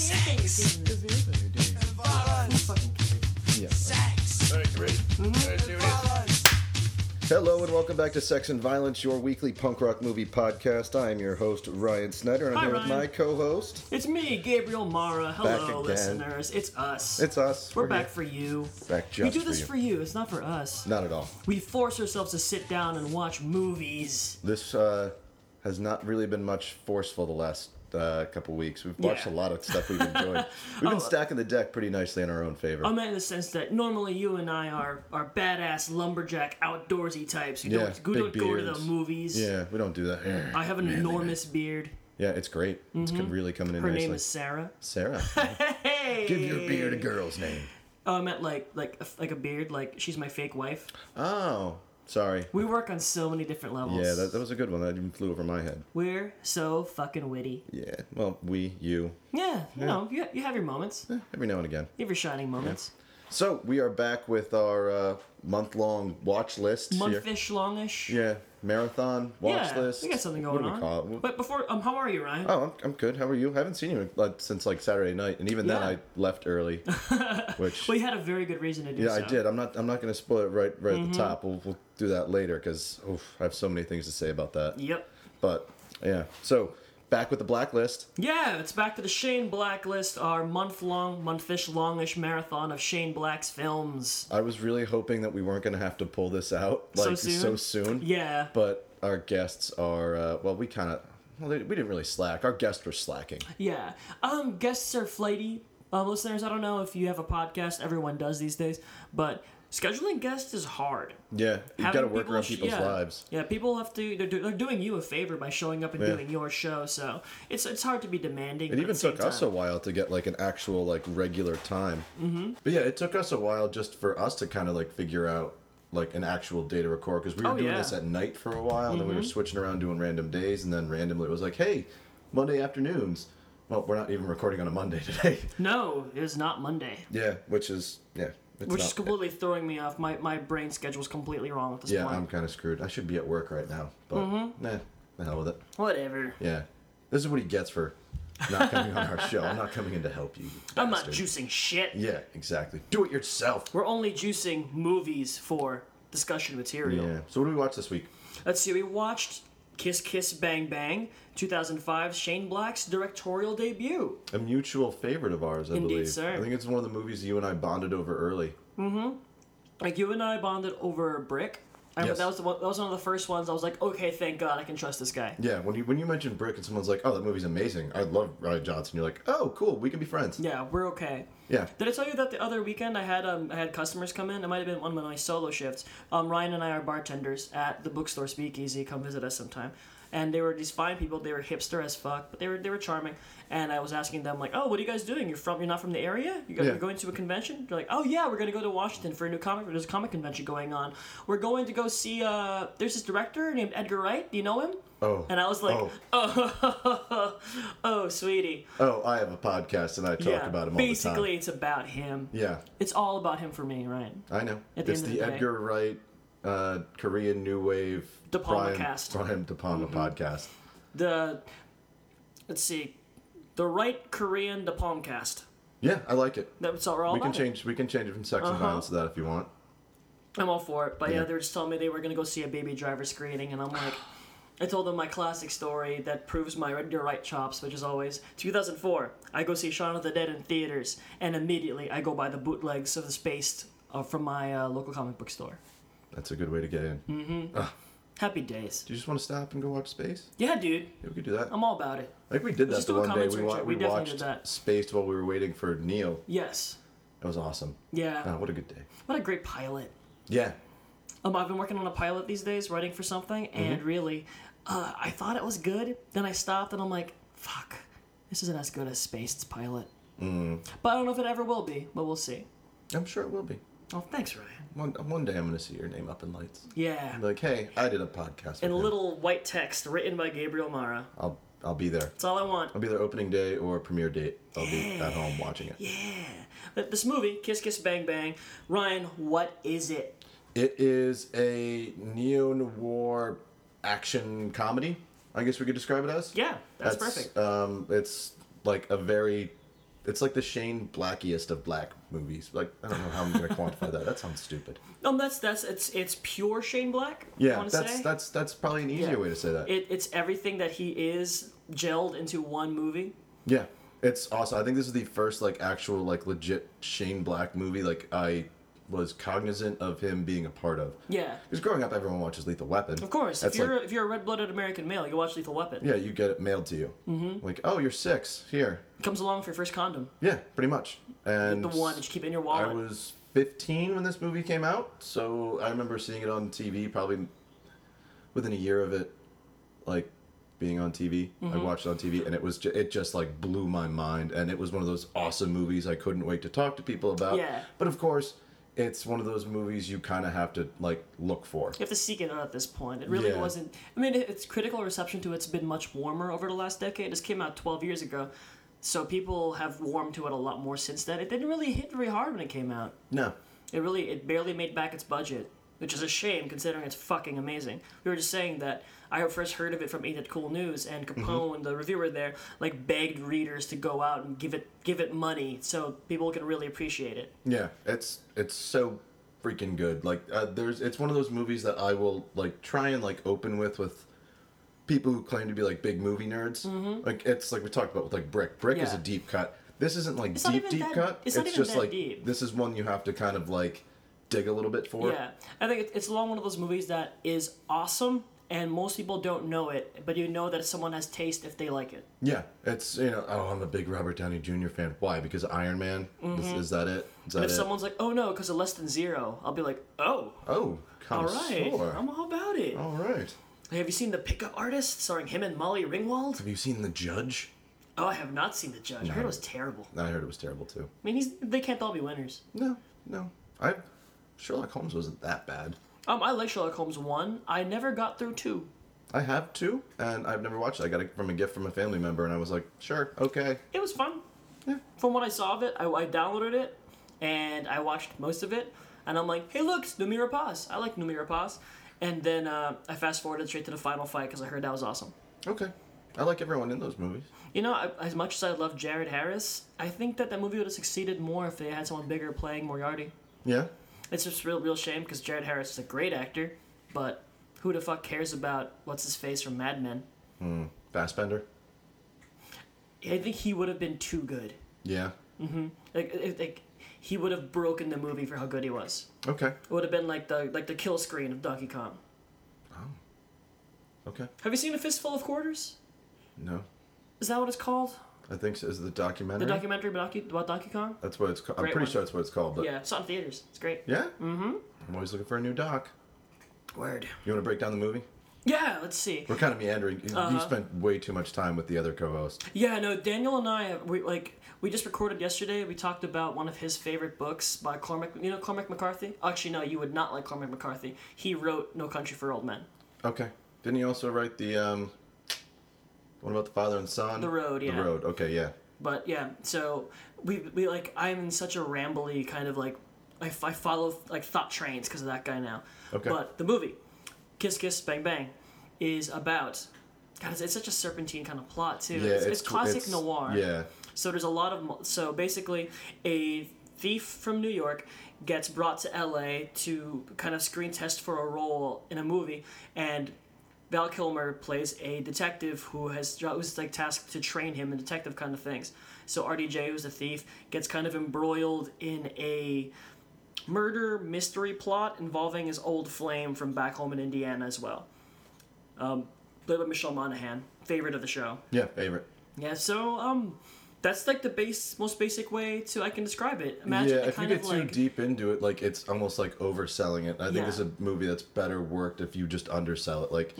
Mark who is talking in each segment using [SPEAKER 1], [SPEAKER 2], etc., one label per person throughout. [SPEAKER 1] Sex.
[SPEAKER 2] All right, you ready? All right, here it is.
[SPEAKER 1] Hello and welcome back to Sex and Violence, your weekly punk rock movie podcast. I am your host Ryan Snyder, and I'm
[SPEAKER 3] Hi,
[SPEAKER 1] here with
[SPEAKER 3] Ryan.
[SPEAKER 1] my co-host.
[SPEAKER 3] It's me, Gabriel Mara.
[SPEAKER 1] Back again.
[SPEAKER 3] Hello, listeners. It's us.
[SPEAKER 1] It's us.
[SPEAKER 3] We're,
[SPEAKER 1] We're
[SPEAKER 3] back
[SPEAKER 1] here.
[SPEAKER 3] for you.
[SPEAKER 1] Back
[SPEAKER 3] we
[SPEAKER 1] just
[SPEAKER 3] do this
[SPEAKER 1] for
[SPEAKER 3] for you. It's not for us.
[SPEAKER 1] Not at all.
[SPEAKER 3] We force ourselves to sit down and watch movies.
[SPEAKER 1] This uh, has not really been much forceful the last uh, couple weeks. We've watched
[SPEAKER 3] Yeah. Oh.
[SPEAKER 1] a lot of stuff we've enjoyed. We've been stacking the deck pretty nicely in our own favor.
[SPEAKER 3] I meant in the sense that normally you and I are, are badass lumberjack outdoorsy types who
[SPEAKER 1] Yeah,
[SPEAKER 3] don't, who
[SPEAKER 1] big
[SPEAKER 3] don't go to the
[SPEAKER 1] beards.
[SPEAKER 3] movies.
[SPEAKER 1] yeah, we don't do that.
[SPEAKER 3] I have an enormous beard.
[SPEAKER 1] Yeah, it's great. It's com- really coming in
[SPEAKER 3] Her
[SPEAKER 1] nicely.
[SPEAKER 3] name is Sarah.
[SPEAKER 1] Sarah.
[SPEAKER 3] Hey.
[SPEAKER 1] Give your beard a girl's name.
[SPEAKER 3] Oh, I meant like like a- like a beard. Like she's my fake wife.
[SPEAKER 1] Oh, sorry.
[SPEAKER 3] We work on so many different levels.
[SPEAKER 1] Yeah, that, that was a good one. That even flew over my head.
[SPEAKER 3] We're so fucking witty.
[SPEAKER 1] Yeah. Well, we, you,
[SPEAKER 3] Yeah, you know, you, you have your moments. You
[SPEAKER 1] every now and again.
[SPEAKER 3] have your shining moments.
[SPEAKER 1] So we are back with our uh, month-long watch list. here.
[SPEAKER 3] Month-ish, longish.
[SPEAKER 1] Yeah, marathon watch
[SPEAKER 3] yeah,
[SPEAKER 1] list.
[SPEAKER 3] we got something
[SPEAKER 1] What
[SPEAKER 3] going
[SPEAKER 1] do we
[SPEAKER 3] on.
[SPEAKER 1] call it?
[SPEAKER 3] But before, um, how are you, Ryan?
[SPEAKER 1] Oh, I'm, I'm good. How are you? I haven't seen you like, since like Saturday night, and even then
[SPEAKER 3] Yeah.
[SPEAKER 1] I left early, which
[SPEAKER 3] well, you had a very good reason to do
[SPEAKER 1] yeah,
[SPEAKER 3] so. Mm-hmm.
[SPEAKER 1] I did. I'm not I'm not going to spoil it right right at the top. We'll, we'll do that later because I have so many things to say about that.
[SPEAKER 3] Yep.
[SPEAKER 1] But yeah, so back with the blacklist.
[SPEAKER 3] Yeah, it's back to the Shane Blacklist, our month-long, month-ish, longish marathon of Shane Black's films.
[SPEAKER 1] I was really hoping that we weren't going to have to pull this out like
[SPEAKER 3] So
[SPEAKER 1] so soon.
[SPEAKER 3] soon? Yeah.
[SPEAKER 1] But our guests are uh, well, we kind of well, they, we didn't really slack. Our guests were slacking.
[SPEAKER 3] Yeah. Um, guests are flighty. Um, listeners, I don't know if you have a podcast. Everyone does these days, but scheduling guests is hard.
[SPEAKER 1] Yeah, you got to
[SPEAKER 3] Having
[SPEAKER 1] work
[SPEAKER 3] people
[SPEAKER 1] around
[SPEAKER 3] sh-
[SPEAKER 1] people's
[SPEAKER 3] yeah.
[SPEAKER 1] lives.
[SPEAKER 3] Yeah, people have to. They're, do- they're doing you a favor by showing up and
[SPEAKER 1] Yeah.
[SPEAKER 3] doing your show, so it's it's hard to be demanding.
[SPEAKER 1] It even took us a while to get like an actual like regular time. Mm-hmm. But yeah, it took us a while just for us to kind of like figure out like an actual day to record because we were
[SPEAKER 3] Oh,
[SPEAKER 1] doing
[SPEAKER 3] yeah. Mm-hmm.
[SPEAKER 1] this at night for a while, and then we were switching around doing random days, and then randomly it was like, hey, Monday afternoons. Well, we're not even recording on a Monday today.
[SPEAKER 3] No, it is not Monday,
[SPEAKER 1] yeah, which is yeah, it's
[SPEAKER 3] which
[SPEAKER 1] not-
[SPEAKER 3] is completely throwing me off. My my brain schedule's completely wrong at this
[SPEAKER 1] Yeah,
[SPEAKER 3] point.
[SPEAKER 1] I'm kind of screwed. I should be at work right now, but
[SPEAKER 3] Mm-hmm.
[SPEAKER 1] nah, the hell with it.
[SPEAKER 3] Whatever.
[SPEAKER 1] Yeah, this is what he gets for not coming on our show. I'm not coming in to help you. you
[SPEAKER 3] I'm not
[SPEAKER 1] bastard.
[SPEAKER 3] juicing shit.
[SPEAKER 1] Yeah, exactly. Do it yourself.
[SPEAKER 3] We're only juicing movies for discussion material.
[SPEAKER 1] Yeah. So what do we watch this week?
[SPEAKER 3] Let's see, we watched Kiss Kiss Bang Bang, 2005, Shane Black's directorial debut.
[SPEAKER 1] A mutual favorite of ours, I
[SPEAKER 3] Indeed,
[SPEAKER 1] believe.
[SPEAKER 3] sir.
[SPEAKER 1] I think it's one of the movies you and I bonded over early.
[SPEAKER 3] Like you and I bonded over Brick. I
[SPEAKER 1] Yes.
[SPEAKER 3] that was the one, that was one of the first ones I was like, okay, thank God I can trust this guy.
[SPEAKER 1] Yeah. When you when you mention Brick and someone's like, "Oh, that movie's amazing. I love Ryan Johnson," you're like, "Oh, cool. We can be friends."
[SPEAKER 3] Yeah, we're okay.
[SPEAKER 1] Yeah.
[SPEAKER 3] Did I tell you that the other weekend I had um, I had customers come in? It might have been one of my solo shifts. Um, Ryan and I are bartenders at the bookstore Speakeasy. Come visit us sometime. And they were these fine people. They were hipster as fuck, but they were they were charming. And I was asking them like, "Oh, what are you guys doing? You're from you're not from the area? You guys,
[SPEAKER 1] Yeah.
[SPEAKER 3] You're going to a convention?" They're like, "Oh yeah, we're gonna go to Washington for a new comic. There's a comic convention going on. We're going to go see. Uh, there's this director named Edgar Wright. Do you know him?"
[SPEAKER 1] Oh.
[SPEAKER 3] And I was like,
[SPEAKER 1] Oh.
[SPEAKER 3] "Oh, oh, sweetie."
[SPEAKER 1] Oh, I have a podcast and I talk
[SPEAKER 3] yeah.
[SPEAKER 1] about him all
[SPEAKER 3] basically,
[SPEAKER 1] the time.
[SPEAKER 3] it's about him.
[SPEAKER 1] Yeah.
[SPEAKER 3] It's all about him for me, right?
[SPEAKER 1] I know.
[SPEAKER 3] At the
[SPEAKER 1] it's
[SPEAKER 3] end of
[SPEAKER 1] the
[SPEAKER 3] the day.
[SPEAKER 1] Edgar Wright, uh, Korean New Wave,
[SPEAKER 3] De Palma
[SPEAKER 1] Brian,
[SPEAKER 3] cast. Mm-hmm.
[SPEAKER 1] Brian De Palma podcast.
[SPEAKER 3] The let's see, the right Korean the Palmcast.
[SPEAKER 1] Yeah, I like it.
[SPEAKER 3] That's all we're all Uh-huh.
[SPEAKER 1] we can
[SPEAKER 3] about it.
[SPEAKER 1] change. We can change it from sex and violence to that if you want.
[SPEAKER 3] I'm all for it. But yeah.
[SPEAKER 1] Yeah.
[SPEAKER 3] they were just telling me they were gonna go see a Baby Driver screening, and I'm like, I told them my classic story that proves my your right chops, which is always 2004. I go see Shaun of the Dead in theaters, and immediately I go buy the bootlegs of the Spaced uh, from my uh, local comic book store.
[SPEAKER 1] That's a good way to get in.
[SPEAKER 3] Mm.
[SPEAKER 1] Do
[SPEAKER 3] Happy days.
[SPEAKER 1] you just want to stop and go watch Space?
[SPEAKER 3] Yeah, dude,
[SPEAKER 1] Yeah, we could do that.
[SPEAKER 3] I'm all about it.
[SPEAKER 1] I think we did that
[SPEAKER 3] Um, just
[SPEAKER 1] the
[SPEAKER 3] do
[SPEAKER 1] one
[SPEAKER 3] a
[SPEAKER 1] day. We,
[SPEAKER 3] commentary
[SPEAKER 1] wa-
[SPEAKER 3] track.
[SPEAKER 1] we,
[SPEAKER 3] We definitely
[SPEAKER 1] watched
[SPEAKER 3] did that.
[SPEAKER 1] Spaced while we were waiting for Neo.
[SPEAKER 3] Yes.
[SPEAKER 1] That was awesome.
[SPEAKER 3] Yeah.
[SPEAKER 1] Ah, what a good day.
[SPEAKER 3] What a great pilot.
[SPEAKER 1] Yeah.
[SPEAKER 3] Um, I've been working on a pilot these days, writing for something,
[SPEAKER 1] Mm-hmm.
[SPEAKER 3] and really, uh, I thought it was good. Then I stopped, and I'm like, "Fuck, this isn't as good as Spaced's pilot." Mm. But I don't know if it ever will be. But we'll see.
[SPEAKER 1] I'm sure it will be.
[SPEAKER 3] Oh, thanks, Ryan.
[SPEAKER 1] One, one day I'm going to see your name up in lights.
[SPEAKER 3] Yeah.
[SPEAKER 1] I'm like, hey, I did a podcast.
[SPEAKER 3] In
[SPEAKER 1] with him.
[SPEAKER 3] little white text written by Gabriel Mara.
[SPEAKER 1] I'll, I'll be there.
[SPEAKER 3] That's all I want.
[SPEAKER 1] I'll be there opening day or premiere date. I'll be at home watching it.
[SPEAKER 3] But This movie, Kiss Kiss Bang Bang. Ryan, what is it?
[SPEAKER 1] It is a neo noir action comedy, I guess we could describe it as.
[SPEAKER 3] Yeah, that's, perfect.
[SPEAKER 1] Um, it's like a very It's like the Shane Blackiest of black movies. Like I don't know how I'm going to quantify that. That sounds stupid.
[SPEAKER 3] Um, that's that's it's it's pure Shane Black. I
[SPEAKER 1] Yeah,
[SPEAKER 3] wanna
[SPEAKER 1] that's
[SPEAKER 3] say.
[SPEAKER 1] that's that's probably an easier
[SPEAKER 3] Yeah.
[SPEAKER 1] way to say that.
[SPEAKER 3] it, it's everything that he is gelled into one movie.
[SPEAKER 1] yeah, it's awesome. I think this is the first like actual like legit Shane Black movie like I was cognizant of him being a part of.
[SPEAKER 3] Yeah,
[SPEAKER 1] Because growing up, everyone watches Lethal Weapon.
[SPEAKER 3] of course.
[SPEAKER 1] That's
[SPEAKER 3] if you're
[SPEAKER 1] like,
[SPEAKER 3] a, if you're a red-blooded American male, you watch Lethal Weapon.
[SPEAKER 1] yeah, you get it mailed to you. Mm-hmm. Like, oh, you're six. Here.
[SPEAKER 3] Comes along for your first condom,
[SPEAKER 1] Yeah, pretty much. And
[SPEAKER 3] the one that you keep in your
[SPEAKER 1] I
[SPEAKER 3] wallet.
[SPEAKER 1] was 15 when this movie came out, so I remember seeing it on TV probably within a year of it, like being on TV. I
[SPEAKER 3] Mm-hmm.
[SPEAKER 1] watched it on TV, and it was ju- it just like blew my mind, and it was one of those awesome movies I couldn't wait to talk to people about.
[SPEAKER 3] Yeah.
[SPEAKER 1] But of course, it's one of those movies you kind of have to like look for.
[SPEAKER 3] You have to seek it out at this point. It really
[SPEAKER 1] Yeah.
[SPEAKER 3] wasn't. I mean, its critical reception to it's been much warmer over the last decade. This came out 12 years ago, so people have warmed to it a lot more since then. It didn't really hit very hard when it came out.
[SPEAKER 1] No.
[SPEAKER 3] It really, it barely made back its budget, which is a shame considering it's fucking amazing. We were just saying that I first heard of it from Ain't It Cool News, and Capone, the reviewer there, like begged readers to go out and give it give it money so people can really appreciate it.
[SPEAKER 1] Yeah, it's it's so freaking good. Like uh, there's it's one of those movies that I will like try and like open with with people who claim to be like big movie nerds. Like it's like we talked about with like Brick. Brick is a
[SPEAKER 3] Mm-hmm. Yeah.
[SPEAKER 1] deep cut. This isn't like
[SPEAKER 3] not
[SPEAKER 1] deep
[SPEAKER 3] even
[SPEAKER 1] deep
[SPEAKER 3] that-
[SPEAKER 1] cut.
[SPEAKER 3] it's not even
[SPEAKER 1] just
[SPEAKER 3] that
[SPEAKER 1] like
[SPEAKER 3] deep.
[SPEAKER 1] this is one you have to kind of like dig a little bit for.
[SPEAKER 3] Yeah, I think it- it's long one of those movies that is awesome, and most people don't know it, but you know that someone has taste if they like it.
[SPEAKER 1] Yeah, it's you know oh I'm a big Robert Downey Jr. fan. Why? Because Iron Man. Is, is that it? Is that
[SPEAKER 3] Mm-hmm. If
[SPEAKER 1] it?
[SPEAKER 3] someone's like, "Oh no," because of less than zero, I'll be like, "Oh,
[SPEAKER 1] oh, come
[SPEAKER 3] all right, I'm all about it."
[SPEAKER 1] All right.
[SPEAKER 3] Hey, have you seen The Pickup Artist starring him and Molly Ringwald?
[SPEAKER 1] Have you seen The Judge?
[SPEAKER 3] Oh, I have not seen The Judge. I heard it was terrible. I
[SPEAKER 1] I heard it was terrible too.
[SPEAKER 3] mean, he's they can't all be winners.
[SPEAKER 1] No, no. I Sherlock Holmes wasn't that bad.
[SPEAKER 3] Um, I like Sherlock Holmes one. I never got through two.
[SPEAKER 1] I have two, and I've never watched it. I got it from a gift from a family member, and I was like, sure, okay.
[SPEAKER 3] It was fun.
[SPEAKER 1] Yeah.
[SPEAKER 3] From what I saw of it, I, I downloaded it and I watched most of it, and I'm like, hey, look, it's Numira Paz. I like Numira Paz. And then uh, I fast forwarded straight to the final fight because I heard that was awesome.
[SPEAKER 1] Okay. I like everyone in those movies.
[SPEAKER 3] You know, I, as much as I love Jared Harris, I think that that movie would have succeeded more if they had someone bigger playing Moriarty.
[SPEAKER 1] Yeah.
[SPEAKER 3] It's just real, real shame because Jared Harris is a great actor, but who the fuck cares about what's his face from Mad Men?
[SPEAKER 1] Fassbender.
[SPEAKER 3] I think he would have been too good.
[SPEAKER 1] Yeah.
[SPEAKER 3] Like, it- like he would have broken the movie for how good he was.
[SPEAKER 1] Okay.
[SPEAKER 3] It would have been like the like the kill screen of Donkey Kong.
[SPEAKER 1] Okay.
[SPEAKER 3] Have you seen A Fistful of Quarters?
[SPEAKER 1] No.
[SPEAKER 3] Is that what it's called?
[SPEAKER 1] I think so. Is it the documentary?
[SPEAKER 3] The documentary about Donkey, about Donkey Kong?
[SPEAKER 1] that's what it's called. I'm
[SPEAKER 3] Great
[SPEAKER 1] pretty
[SPEAKER 3] one.
[SPEAKER 1] sure that's what it's called. But
[SPEAKER 3] Yeah, it's on theaters. It's great.
[SPEAKER 1] Yeah? Mm-hmm. I'm always looking for a new doc.
[SPEAKER 3] Word.
[SPEAKER 1] You want to break down the movie?
[SPEAKER 3] Yeah, let's see.
[SPEAKER 1] We're kind of meandering. You-
[SPEAKER 3] Uh-huh.
[SPEAKER 1] You spent way too much time with the other co-host.
[SPEAKER 3] Yeah, no, Daniel and I we like we just recorded yesterday. We talked about one of his favorite books by Cormac. You know Cormac McCarthy? Actually, no, you would not like Cormac McCarthy. He wrote No Country for Old Men.
[SPEAKER 1] Okay. Didn't he also write the um? What about the father and son?
[SPEAKER 3] The Road, yeah.
[SPEAKER 1] The road. Okay, yeah.
[SPEAKER 3] But yeah, so we we like I'm in such a rambly kind of like I, f- I follow like thought trains because of that guy now.
[SPEAKER 1] Okay.
[SPEAKER 3] But the movie, Kiss Kiss Bang Bang, is about God. It's, it's such a serpentine kind of plot too. it's, it's classic
[SPEAKER 1] it's-
[SPEAKER 3] noir.
[SPEAKER 1] Yeah,
[SPEAKER 3] So there's a lot of mo- so basically a thief from New York gets brought to LA to kind of screen test for a role in a movie and Val Kilmer plays a detective who has who's like tasked to train him in detective kind of things. So RDJ who's a thief gets kind of embroiled in a murder mystery plot involving his old flame from back home in Indiana as well. Um, played by Michelle Monaghan, favorite of the show.
[SPEAKER 1] yeah, favorite.
[SPEAKER 3] Yeah, so um, that's like the base, most basic way to I can describe it. Imagine
[SPEAKER 1] yeah,
[SPEAKER 3] the
[SPEAKER 1] if you
[SPEAKER 3] kind
[SPEAKER 1] get
[SPEAKER 3] of
[SPEAKER 1] too
[SPEAKER 3] like
[SPEAKER 1] deep into it, like it's almost like overselling it. I think
[SPEAKER 3] Yeah.
[SPEAKER 1] this is a movie that's better worked if you just undersell it. Like,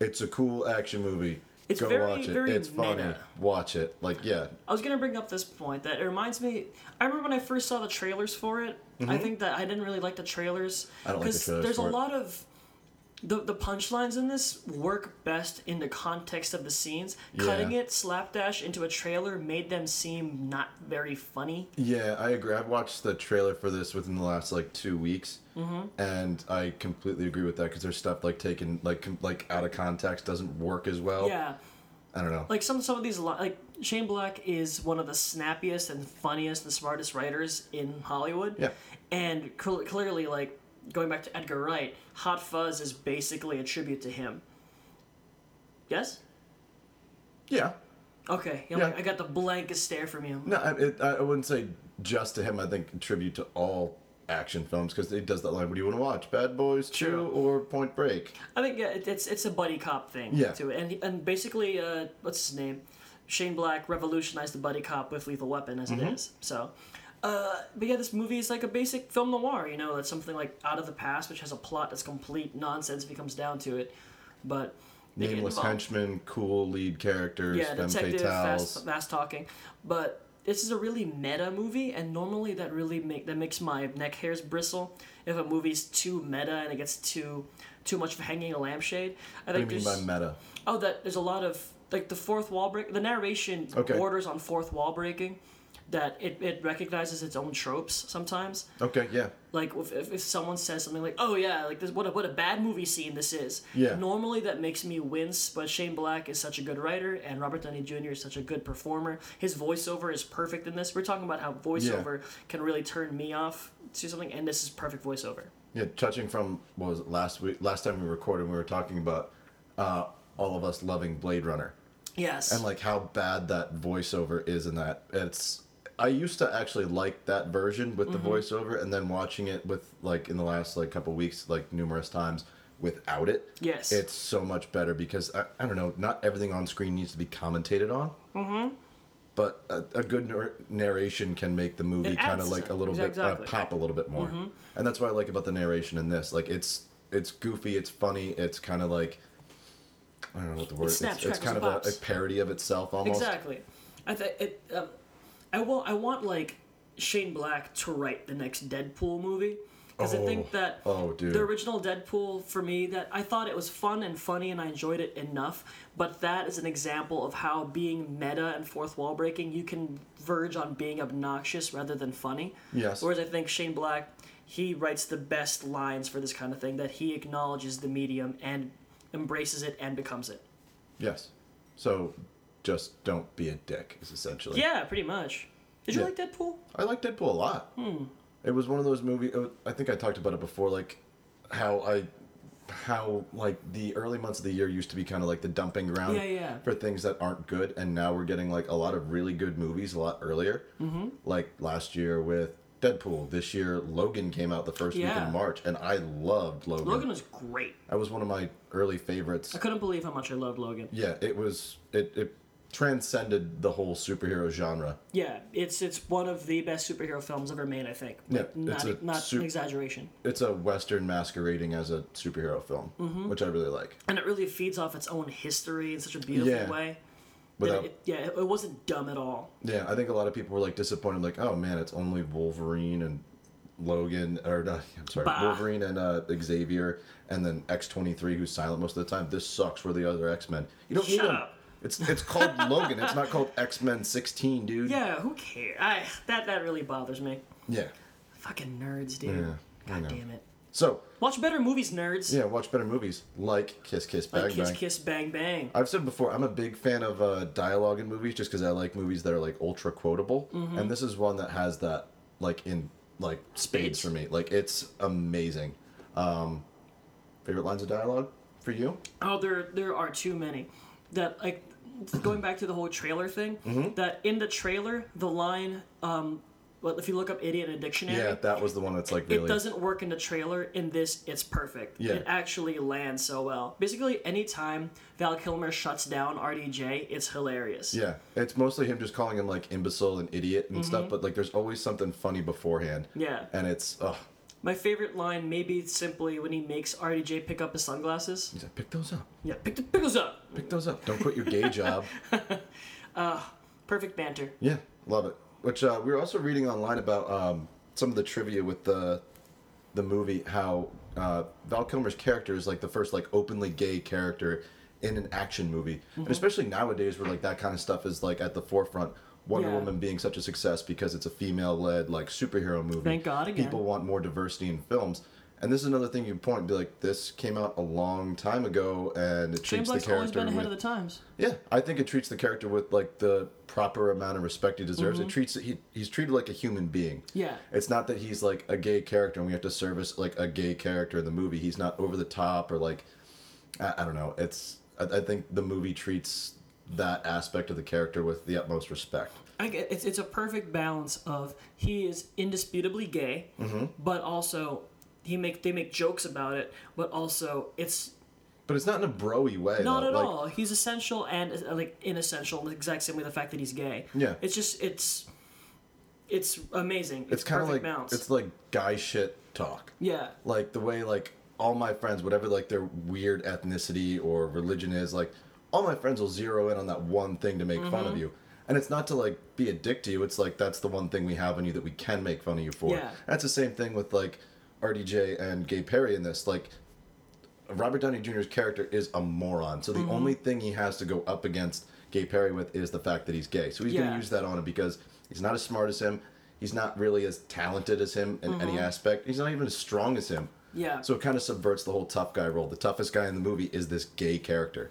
[SPEAKER 1] it's a cool action movie.
[SPEAKER 3] Mm-hmm. It's
[SPEAKER 1] Go
[SPEAKER 3] very-
[SPEAKER 1] watch it.
[SPEAKER 3] very
[SPEAKER 1] it's funny.
[SPEAKER 3] meta.
[SPEAKER 1] Watch it. Like, yeah,
[SPEAKER 3] I was gonna bring up this point that it reminds me. I remember when I first saw the trailers for it. I think that I didn't really like the trailers
[SPEAKER 1] Mm-hmm. I don't like the trailers
[SPEAKER 3] there's a
[SPEAKER 1] for it.
[SPEAKER 3] lot of the the punchlines in this work best in the context of the scenes. Cutting
[SPEAKER 1] Yeah.
[SPEAKER 3] it slapdash into a trailer made them seem not very funny.
[SPEAKER 1] yeah, I agree. I've watched the trailer for this within the last like two weeks,
[SPEAKER 3] Mm-hmm.
[SPEAKER 1] and I Oh. completely agree with that because there's stuff like taken like com- like out of context doesn't work as well.
[SPEAKER 3] Yeah.
[SPEAKER 1] I don't know.
[SPEAKER 3] like some some of these li- like Shane Black is one of the snappiest and funniest and smartest writers in Hollywood.
[SPEAKER 1] Yeah.
[SPEAKER 3] And cl- clearly, like going back to Edgar Wright, Hot Fuzz is basically a tribute to him. Yes.
[SPEAKER 1] yeah.
[SPEAKER 3] Okay. Yeah,
[SPEAKER 1] Yeah.
[SPEAKER 3] Like, I got the blankest stare from you.
[SPEAKER 1] No, I, it, I I wouldn't say just to him. I think tribute to all action films because it does that line. What do you want to watch? Bad Boys Two
[SPEAKER 3] True.
[SPEAKER 1] or Point Break?
[SPEAKER 3] I think yeah, it- it's it's a buddy cop thing
[SPEAKER 1] Yeah.
[SPEAKER 3] to it, and and basically, uh, what's his name? Shane Black revolutionized the buddy cop with Lethal Weapon as it
[SPEAKER 1] Mm-hmm.
[SPEAKER 3] is. So, uh, but yeah, this movie is like a basic film noir. You know, that's something like out of the past, which has a plot that's complete nonsense if it comes down to it. But they get
[SPEAKER 1] Nameless
[SPEAKER 3] involved.
[SPEAKER 1] henchman, cool lead characters,
[SPEAKER 3] yeah,
[SPEAKER 1] femme
[SPEAKER 3] detective, fast,
[SPEAKER 1] fatales.
[SPEAKER 3] fast talking. But this is a really meta movie, and normally that really make that makes my neck hairs bristle if a movie's too meta and it gets too too much of hanging a lampshade. I
[SPEAKER 1] What
[SPEAKER 3] think
[SPEAKER 1] do you mean by
[SPEAKER 3] there's-
[SPEAKER 1] meta?
[SPEAKER 3] Oh, that there's a lot of like the fourth wall break. The narration
[SPEAKER 1] Okay.
[SPEAKER 3] borders on fourth wall breaking. That it, it recognizes its own tropes sometimes.
[SPEAKER 1] Okay, yeah.
[SPEAKER 3] Like if, if, if someone says something like, "Oh yeah, like this, what a, what a bad movie scene this is."
[SPEAKER 1] Yeah.
[SPEAKER 3] Normally that makes me wince, but Shane Black is such a good writer, and Robert Downey Jr. is such a good performer. His voiceover is perfect in this. We're talking about how voiceover can really turn me off to something, and this is perfect voiceover.
[SPEAKER 1] Yeah, touching from what was it, last week? Last time we recorded, we were talking about uh, all of us loving Blade Runner
[SPEAKER 3] Yes.
[SPEAKER 1] and like how bad that voiceover is in that. It's I used to actually like that version with
[SPEAKER 3] Mm-hmm.
[SPEAKER 1] the voiceover, and then watching it with like in the last like couple weeks, like numerous times without it.
[SPEAKER 3] Yes.
[SPEAKER 1] it's so much better because I, I don't know, not everything on screen needs to be commentated on. Mm-hmm. But a, a good nar- narration can make the movie
[SPEAKER 3] It
[SPEAKER 1] kind of
[SPEAKER 3] adds
[SPEAKER 1] like a
[SPEAKER 3] something.
[SPEAKER 1] little
[SPEAKER 3] Exactly. Mm-hmm.
[SPEAKER 1] bit uh, pop a little bit more, and that's what I like about the narration in this. Like it's it's goofy, it's funny, it's kind of like I don't know what the word. is.
[SPEAKER 3] snaps,
[SPEAKER 1] it's, it's
[SPEAKER 3] crackles,
[SPEAKER 1] kind of
[SPEAKER 3] and
[SPEAKER 1] a, a
[SPEAKER 3] pops.
[SPEAKER 1] parody of itself almost.
[SPEAKER 3] Exactly. I th- it, um, I will. I want like Shane Black to write the next Deadpool movie because I
[SPEAKER 1] Oh.
[SPEAKER 3] think that
[SPEAKER 1] Oh, dude.
[SPEAKER 3] the original Deadpool for me that I thought it was fun and funny and I enjoyed it enough, but that is an example of how being meta and fourth wall breaking you can verge on being obnoxious rather than funny.
[SPEAKER 1] Yes.
[SPEAKER 3] Whereas I think Shane Black he writes the best lines for this kind of thing that he acknowledges the medium and embraces it and becomes it.
[SPEAKER 1] Yes. So just don't be a dick is essentially.
[SPEAKER 3] Yeah, pretty much. Did you
[SPEAKER 1] Yeah.
[SPEAKER 3] like Deadpool?
[SPEAKER 1] I like Deadpool a lot.
[SPEAKER 3] Hmm.
[SPEAKER 1] It was one of those movies. I think I talked about it before, like how I, how like the early months of the year used to be kind of like the dumping ground
[SPEAKER 3] Yeah, yeah.
[SPEAKER 1] for things that aren't good, and now we're getting like a lot of really good movies a lot earlier. Mm-hmm. Like last year with Deadpool. This year, Logan came out the first week
[SPEAKER 3] Yeah.
[SPEAKER 1] in March, and I loved Logan.
[SPEAKER 3] Logan was great.
[SPEAKER 1] that was one of my early favorites.
[SPEAKER 3] I couldn't believe how much I loved Logan.
[SPEAKER 1] Yeah, it was. It, it transcended the whole superhero genre.
[SPEAKER 3] Yeah, it's it's one of the best superhero films ever made. I think.
[SPEAKER 1] Yeah,
[SPEAKER 3] Like,
[SPEAKER 1] it's
[SPEAKER 3] not e,
[SPEAKER 1] a
[SPEAKER 3] not
[SPEAKER 1] sup-
[SPEAKER 3] an exaggeration,
[SPEAKER 1] It's a western masquerading as a superhero film,
[SPEAKER 3] Mm-hmm.
[SPEAKER 1] which I really like.
[SPEAKER 3] and it really feeds off its own history in such a beautiful
[SPEAKER 1] Yeah.
[SPEAKER 3] way. that
[SPEAKER 1] Without,
[SPEAKER 3] it, yeah, it, it wasn't dumb at all.
[SPEAKER 1] yeah, I think a lot of people were like disappointed, like, oh man, it's only Wolverine and Logan, or no, I'm sorry,
[SPEAKER 3] Bah.
[SPEAKER 1] Wolverine and uh, Xavier, and then X twenty three, who's silent most of the time. This sucks. We're the other X Men. You don't need
[SPEAKER 3] Shut
[SPEAKER 1] them.
[SPEAKER 3] up.
[SPEAKER 1] It's it's called Logan. It's not called X Men sixteen, dude.
[SPEAKER 3] Yeah, who cares? I that that really bothers me.
[SPEAKER 1] Yeah.
[SPEAKER 3] Fucking nerds, dude.
[SPEAKER 1] Yeah, I
[SPEAKER 3] God
[SPEAKER 1] know.
[SPEAKER 3] damn it.
[SPEAKER 1] So
[SPEAKER 3] Watch better movies, nerds.
[SPEAKER 1] yeah, watch better movies like Kiss Kiss Bang
[SPEAKER 3] like kiss,
[SPEAKER 1] Bang.
[SPEAKER 3] kiss, bang, bang.
[SPEAKER 1] I've said before, I'm a big fan of uh, dialogue in movies just because I like movies that are like ultra quotable,
[SPEAKER 3] Mm-hmm.
[SPEAKER 1] and this is one that has that like in like spades
[SPEAKER 3] Spades.
[SPEAKER 1] for me. Like it's amazing. Um, favorite lines of dialogue for you?
[SPEAKER 3] Oh, there there are too many. That like going back to the whole trailer thing.
[SPEAKER 1] Mm-hmm.
[SPEAKER 3] That in the trailer, the line, um, well, if you look up "idiot" in a dictionary,
[SPEAKER 1] Yeah, that was the one that's like
[SPEAKER 3] it
[SPEAKER 1] really.
[SPEAKER 3] doesn't work in the trailer. In this, it's perfect.
[SPEAKER 1] Yeah.
[SPEAKER 3] It actually lands so well. Basically, anytime Val Kilmer shuts down RDJ, it's hilarious.
[SPEAKER 1] yeah, it's mostly him just calling him like imbecile and idiot and stuff, but like there's always something funny beforehand.
[SPEAKER 3] Mm-hmm. Yeah.
[SPEAKER 1] and it's oh,
[SPEAKER 3] My favorite line, maybe simply when he makes RDJ pick up his sunglasses.
[SPEAKER 1] he's like, pick those up,
[SPEAKER 3] Yeah, pick the pickles up.
[SPEAKER 1] pick those up. Don't quit your day job.
[SPEAKER 3] Perfect banter.
[SPEAKER 1] Yeah, love it. Which uh, we were also reading online about um, some of the trivia with the the movie, how uh, Val Kilmer's character is like the first like openly gay character in an action movie,
[SPEAKER 3] Mm-hmm.
[SPEAKER 1] and especially nowadays where like that kind of stuff is like at the forefront. Wonder
[SPEAKER 3] Yeah.
[SPEAKER 1] Woman being such a success because it's a female led like superhero movie.
[SPEAKER 3] Thank God again.
[SPEAKER 1] People want more diversity in films, And this is another thing you point and be like, this came out a long time ago, and it
[SPEAKER 3] Shane
[SPEAKER 1] treats the
[SPEAKER 3] Black's always
[SPEAKER 1] character
[SPEAKER 3] been ahead
[SPEAKER 1] with
[SPEAKER 3] of the times.
[SPEAKER 1] yeah. I think it treats the character with like the proper amount of respect he deserves. It treats he he's treated like a human being.
[SPEAKER 3] Mm-hmm. Yeah.
[SPEAKER 1] It's not that he's like a gay character and we have to service like a gay character in the movie. He's not over the top or like I, I don't know. It's I, I think the movie treats that aspect of the character with the utmost respect.
[SPEAKER 3] I get, it's it's a perfect balance of he is indisputably gay,
[SPEAKER 1] Mm-hmm.
[SPEAKER 3] but also he make they make jokes about it, but also it's
[SPEAKER 1] But it's not in a broy way.
[SPEAKER 3] not
[SPEAKER 1] though.
[SPEAKER 3] at
[SPEAKER 1] like,
[SPEAKER 3] all. He's essential and uh, like inessential, the exact same way the fact that he's gay.
[SPEAKER 1] Yeah.
[SPEAKER 3] it's just it's it's amazing. It's,
[SPEAKER 1] It's kind of
[SPEAKER 3] perfect
[SPEAKER 1] like
[SPEAKER 3] balance.
[SPEAKER 1] it's like guy shit talk.
[SPEAKER 3] yeah,
[SPEAKER 1] like the way like all my friends whatever like their weird ethnicity or religion is like all my friends will zero in on that one thing to make fun
[SPEAKER 3] Mm-hmm.
[SPEAKER 1] of you and it's not to like be a dick to you it's like that's the one thing we have on you that we can make fun of you for
[SPEAKER 3] Yeah.
[SPEAKER 1] that's the same thing with like rdj and gay perry in this like robert downey jr's character is a moron so the
[SPEAKER 3] Mm-hmm.
[SPEAKER 1] only thing he has to go up against gay perry with is the fact that he's gay so he's going
[SPEAKER 3] Yeah.
[SPEAKER 1] to use that on him because he's not as smart as him he's not really as talented as him in any aspect he's not even as strong as him
[SPEAKER 3] yeah.
[SPEAKER 1] so it kind of subverts the whole tough guy role. The toughest guy in the movie is this gay character.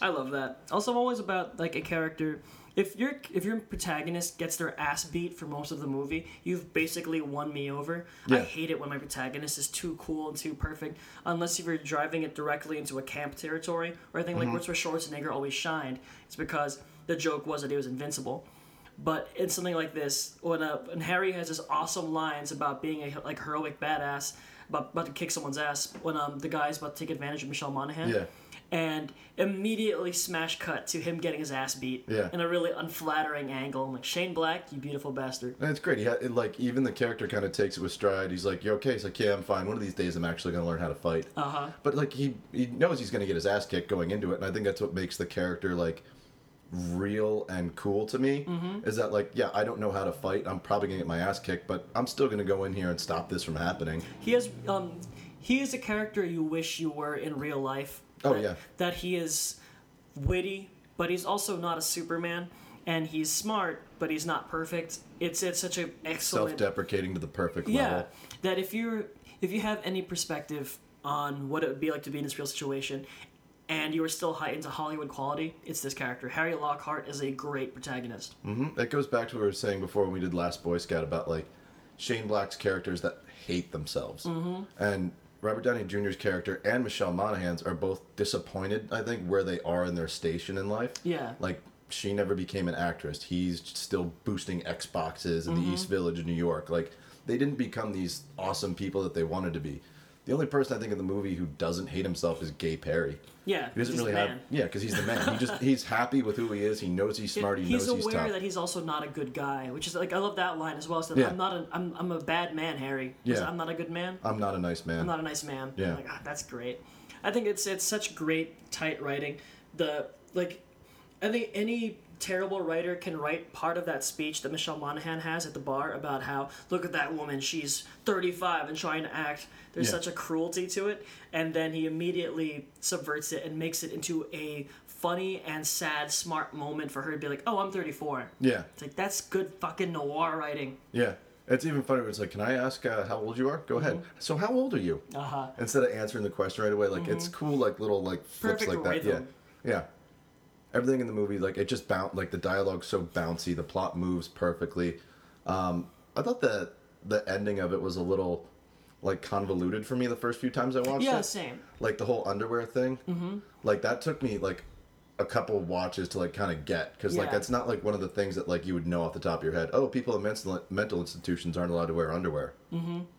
[SPEAKER 3] I love that. Also, I'm always about like a character. If your if your protagonist gets their ass beat for most of the movie, you've basically won me over. I
[SPEAKER 1] Yeah.
[SPEAKER 3] hate it when my protagonist is too cool and too perfect, unless if you're driving it directly into a camp territory or I think
[SPEAKER 1] Mm-hmm.
[SPEAKER 3] like what's where Schwarzenegger always shined. It's because the joke was that he was invincible. But in something like this, when, uh, when Harry has his awesome lines about being a like heroic badass, about, about to kick someone's ass, when um, the guy's about to take advantage of Michelle Monaghan,
[SPEAKER 1] Yeah.
[SPEAKER 3] and immediately smash cut to him getting his ass beat
[SPEAKER 1] Yeah.
[SPEAKER 3] in a really unflattering angle. I'm like, Shane Black, you beautiful bastard.
[SPEAKER 1] And it's great. He had, it, like even the character kind of takes it with stride. He's like, "You okay?" He's like, "Yeah, I'm fine. One of these days, I'm actually going to learn how to fight." Uh huh. But like he he knows he's going to get his ass kicked going into it, and I think that's what makes the character like real and cool to me. Is that like, yeah, I don't know how to fight. I'm probably going to get my ass kicked, but I'm still going to go in here and stop this from happening.
[SPEAKER 3] He has um, he is a character you wish you were in real life.
[SPEAKER 1] Oh,
[SPEAKER 3] that,
[SPEAKER 1] yeah.
[SPEAKER 3] that he is witty, but he's also not a Superman, and he's smart, but he's not perfect. It's it's such an excellent
[SPEAKER 1] Self-deprecating to the perfect
[SPEAKER 3] yeah
[SPEAKER 1] level.
[SPEAKER 3] that if you're if you have any perspective on what it would be like to be in this real situation and you are still high into hollywood quality it's this character harry lockhart is a great protagonist
[SPEAKER 1] Mm, That goes back to what we were saying before when we did Last Boy Scout about like Shane Black's characters that hate themselves,
[SPEAKER 3] Mm-hmm.
[SPEAKER 1] and Robert Downey Jr.'s character and Michelle Monaghan's are both disappointed. I think where they are in their station in life.
[SPEAKER 3] Yeah.
[SPEAKER 1] like she never became an actress. He's still boosting Xboxes in
[SPEAKER 3] Mm-hmm.
[SPEAKER 1] the East Village of New York. Like they didn't become these awesome people that they wanted to be. The only person I think in the movie who doesn't hate himself is Gay Perry.
[SPEAKER 3] yeah
[SPEAKER 1] He doesn't
[SPEAKER 3] he's
[SPEAKER 1] really
[SPEAKER 3] the
[SPEAKER 1] have
[SPEAKER 3] man.
[SPEAKER 1] yeah, because he's the man. He just he's happy with who he is. He knows he's smart. He
[SPEAKER 3] he's
[SPEAKER 1] knows he's
[SPEAKER 3] aware
[SPEAKER 1] tough.
[SPEAKER 3] that he's also not a good guy which is like i love that line as well so
[SPEAKER 1] Yeah.
[SPEAKER 3] i'm not a I'm, I'm a bad man harry He's
[SPEAKER 1] Yeah.
[SPEAKER 3] like, i'm not a good man
[SPEAKER 1] I'm not a nice man.
[SPEAKER 3] I'm not a nice man.
[SPEAKER 1] Yeah.
[SPEAKER 3] Like, ah, that's great. I think it's it's such great tight writing. The like, I think any terrible writer can write part of that speech that Michelle Monaghan has at the bar about how look at that woman, she's 35 and trying to act. There's
[SPEAKER 1] Yeah.
[SPEAKER 3] such a cruelty to it, and then he immediately subverts it and makes it into a funny and sad, smart moment for her to be like, "Oh, I'm 34."
[SPEAKER 1] Yeah,
[SPEAKER 3] It's like that's good fucking noir writing.
[SPEAKER 1] yeah. It's even funny. when It's like, can I ask uh, how old you are? Go ahead.
[SPEAKER 3] Mm-hmm.
[SPEAKER 1] So, how old are you?
[SPEAKER 3] Uh huh.
[SPEAKER 1] Instead of answering the question right away, like it's cool, like little like flips
[SPEAKER 3] Mm-hmm. Perfect
[SPEAKER 1] like that.
[SPEAKER 3] rhythm.
[SPEAKER 1] Yeah, yeah. Everything in the movie, like it just bounce, like the dialogue's so bouncy. The plot moves perfectly. Um, I thought the the ending of it was a little like convoluted for me the first few times I watched it.
[SPEAKER 3] Yeah, same.
[SPEAKER 1] like the whole underwear thing
[SPEAKER 3] Mm-hmm.
[SPEAKER 1] like that took me like a couple watches to like kind of get because like
[SPEAKER 3] Yeah.
[SPEAKER 1] that's not like one of the things that like you would know off the top of your head oh people in mental, mental institutions aren't allowed to wear underwear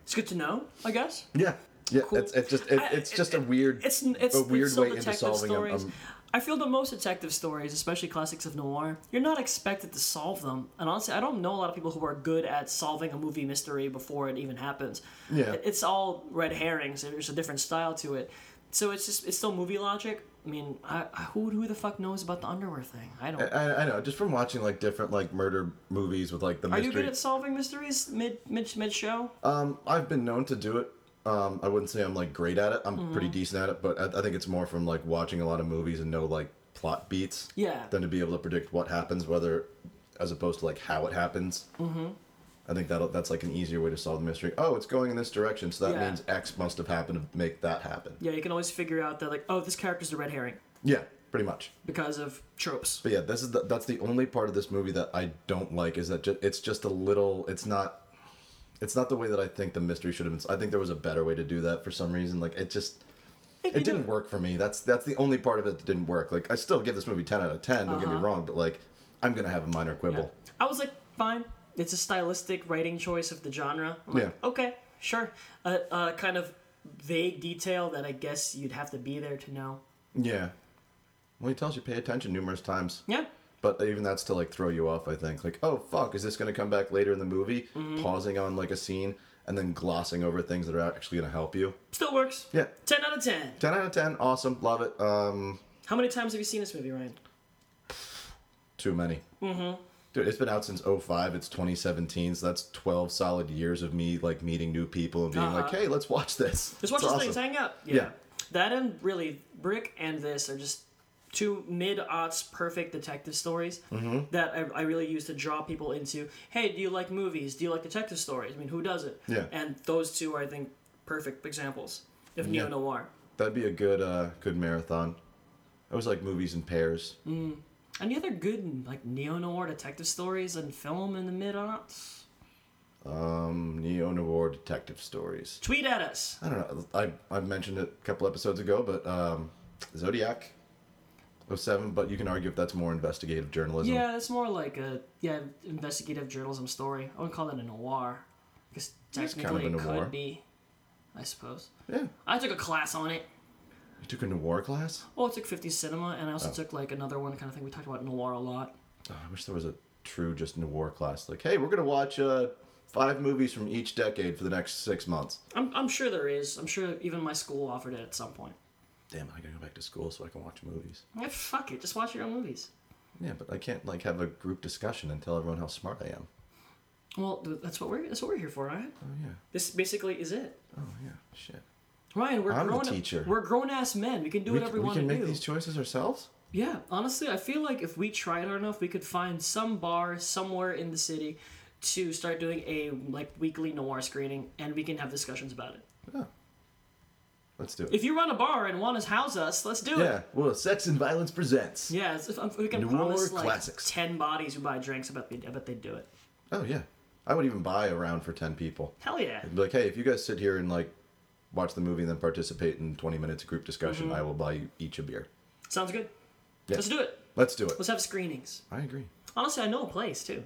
[SPEAKER 3] It's good to know, I guess.
[SPEAKER 1] yeah yeah
[SPEAKER 3] Cool.
[SPEAKER 1] it's, it's just it,
[SPEAKER 3] I-
[SPEAKER 1] it's
[SPEAKER 3] it-
[SPEAKER 1] just a weird
[SPEAKER 3] it's it's
[SPEAKER 1] a weird
[SPEAKER 3] it's still
[SPEAKER 1] way into
[SPEAKER 3] detective
[SPEAKER 1] solving a- um,
[SPEAKER 3] stories.
[SPEAKER 1] a-
[SPEAKER 3] I feel that most detective stories, especially classics of noir, you're not expected to solve them. And honestly, I don't know a lot of people who are good at solving a movie mystery before it even happens.
[SPEAKER 1] Yeah.
[SPEAKER 3] It- it's all red herrings. There's a different style to it, so it's just it's still movie logic. I mean, I, I- who who the fuck knows about the underwear thing? I don't.
[SPEAKER 1] I, I know just from watching like different like murder movies with like the
[SPEAKER 3] are
[SPEAKER 1] mystery
[SPEAKER 3] you good at solving mysteries mid mid mid show?
[SPEAKER 1] Um, I've been known to do it. Um, I wouldn't say I'm like great at it. I'm
[SPEAKER 3] Mm-hmm.
[SPEAKER 1] pretty decent at it, but I, I think it's more from like watching a lot of movies and know like plot beats.
[SPEAKER 3] Yeah.
[SPEAKER 1] Than to be able to predict what happens, whether as opposed to like how it happens. Mm-hmm. I think that that's like an easier way to solve the mystery. Oh, it's going in this direction, so that
[SPEAKER 3] Yeah.
[SPEAKER 1] means X must have happened to make that happen.
[SPEAKER 3] Yeah, you can always figure out that like, oh, this character's a red herring
[SPEAKER 1] Yeah, pretty much.
[SPEAKER 3] because of tropes.
[SPEAKER 1] But yeah, this is the, that's the only part of this movie that I don't like is that ju- it's just a little. It's not. It's not the way that I think the mystery should have been. I think there was a better way to do that for some reason. Like it just. It didn't work for me. That's that's the only part of it that didn't work. Like I still give this movie ten out of ten. Don't
[SPEAKER 3] Uh-huh.
[SPEAKER 1] get me wrong, but like I'm gonna have a minor quibble.
[SPEAKER 3] I was like, fine. It's a stylistic writing choice of the genre. I'm like,
[SPEAKER 1] Yeah.
[SPEAKER 3] Okay, sure. A uh, kind of vague detail that I guess you'd have to be there to know.
[SPEAKER 1] Yeah. Well, he tells you pay attention numerous times.
[SPEAKER 3] Yeah.
[SPEAKER 1] But even that's to like throw you off, I think. Like, oh fuck, is this gonna come back later in the movie?
[SPEAKER 3] Mm-hmm.
[SPEAKER 1] Pausing on like a scene and then glossing over things that are actually gonna help you.
[SPEAKER 3] Still works.
[SPEAKER 1] Yeah.
[SPEAKER 3] 10 out of 10.
[SPEAKER 1] Ten out of ten, awesome, love it. Um,
[SPEAKER 3] How many times have you seen this movie, Ryan?
[SPEAKER 1] too many. Mm-hmm. Dude, it's been out since 05. It's 2017, so that's 12 solid years of me like meeting new people and being like, hey, let's watch this.
[SPEAKER 3] Uh-huh. Just
[SPEAKER 1] It's
[SPEAKER 3] watch those
[SPEAKER 1] awesome.
[SPEAKER 3] things hang out.
[SPEAKER 1] Yeah.
[SPEAKER 3] That and really, Brick and this are just two mid aughts perfect detective stories
[SPEAKER 1] Mm-hmm.
[SPEAKER 3] that I, I really use to draw people into. Hey, do you like movies? Do you like detective stories? I mean, who doesn't?
[SPEAKER 1] Yeah.
[SPEAKER 3] And those two are, I think, perfect examples of
[SPEAKER 1] Yeah.
[SPEAKER 3] neo noir.
[SPEAKER 1] That'd be a good uh good marathon. I was like movies in pairs.
[SPEAKER 3] Any other good like neo noir detective stories and film in the mid aughts?
[SPEAKER 1] Um, neo noir detective stories.
[SPEAKER 3] Tweet at us.
[SPEAKER 1] I don't know. I I mentioned it a couple episodes ago, but um, Zodiac, 07, But you can argue if that's more investigative journalism.
[SPEAKER 3] Yeah, it's more like a yeah investigative journalism story. I wouldn't call that a noir because
[SPEAKER 1] It's kind
[SPEAKER 3] technically
[SPEAKER 1] of a
[SPEAKER 3] it
[SPEAKER 1] noir.
[SPEAKER 3] could be, I suppose.
[SPEAKER 1] Yeah.
[SPEAKER 3] I took a class on it.
[SPEAKER 1] You took a noir class.
[SPEAKER 3] Well, I took 50s cinema, and I also took like another one kind of thing. We talked about noir a lot.
[SPEAKER 1] Oh, I wish there was a true just noir class. Like, hey, we're gonna watch uh, five movies from each decade for the next six months.
[SPEAKER 3] I'm, I'm sure there is. I'm sure even my school offered it at some point.
[SPEAKER 1] Damn, it, I gotta go back to school so I can watch movies.
[SPEAKER 3] Yeah, fuck it. Just watch your own movies.
[SPEAKER 1] Yeah, but I can't like have a group discussion and tell everyone how smart I am.
[SPEAKER 3] Well, th- that's what we're that's what we're here for, right?
[SPEAKER 1] Oh yeah.
[SPEAKER 3] This basically is it.
[SPEAKER 1] Oh yeah. Shit.
[SPEAKER 3] Ryan, we're
[SPEAKER 1] I'm the
[SPEAKER 3] grown.
[SPEAKER 1] teacher.
[SPEAKER 3] We're grown ass men. We can do
[SPEAKER 1] We,
[SPEAKER 3] whatever
[SPEAKER 1] c-
[SPEAKER 3] we,
[SPEAKER 1] we
[SPEAKER 3] want
[SPEAKER 1] can
[SPEAKER 3] to
[SPEAKER 1] make
[SPEAKER 3] do.
[SPEAKER 1] these choices ourselves.
[SPEAKER 3] Yeah, honestly, I feel like if we tried hard enough, we could find some bar somewhere in the city to start doing a like weekly noir screening, and we can have discussions about it.
[SPEAKER 1] Yeah. Let's do it.
[SPEAKER 3] If you run a bar and want to house us, let's do
[SPEAKER 1] yeah.
[SPEAKER 3] it.
[SPEAKER 1] Well, Sex and Violence presents.
[SPEAKER 3] Yeah, it's, if, if we can
[SPEAKER 1] Noir
[SPEAKER 3] promise like
[SPEAKER 1] classics.
[SPEAKER 3] ten bodies who buy drinks, I bet they, I bet they'd do it.
[SPEAKER 1] Oh yeah, I would even buy a round for ten people.
[SPEAKER 3] Hell yeah!
[SPEAKER 1] Be like, hey, if you guys sit here and like watch the movie and then participate in twenty minutes of group discussion,
[SPEAKER 3] Mm-hmm.
[SPEAKER 1] I will buy you each a beer.
[SPEAKER 3] Sounds good.
[SPEAKER 1] Yeah.
[SPEAKER 3] Let's do it.
[SPEAKER 1] Let's do it.
[SPEAKER 3] Let's have screenings.
[SPEAKER 1] I agree.
[SPEAKER 3] Honestly, I know a place too.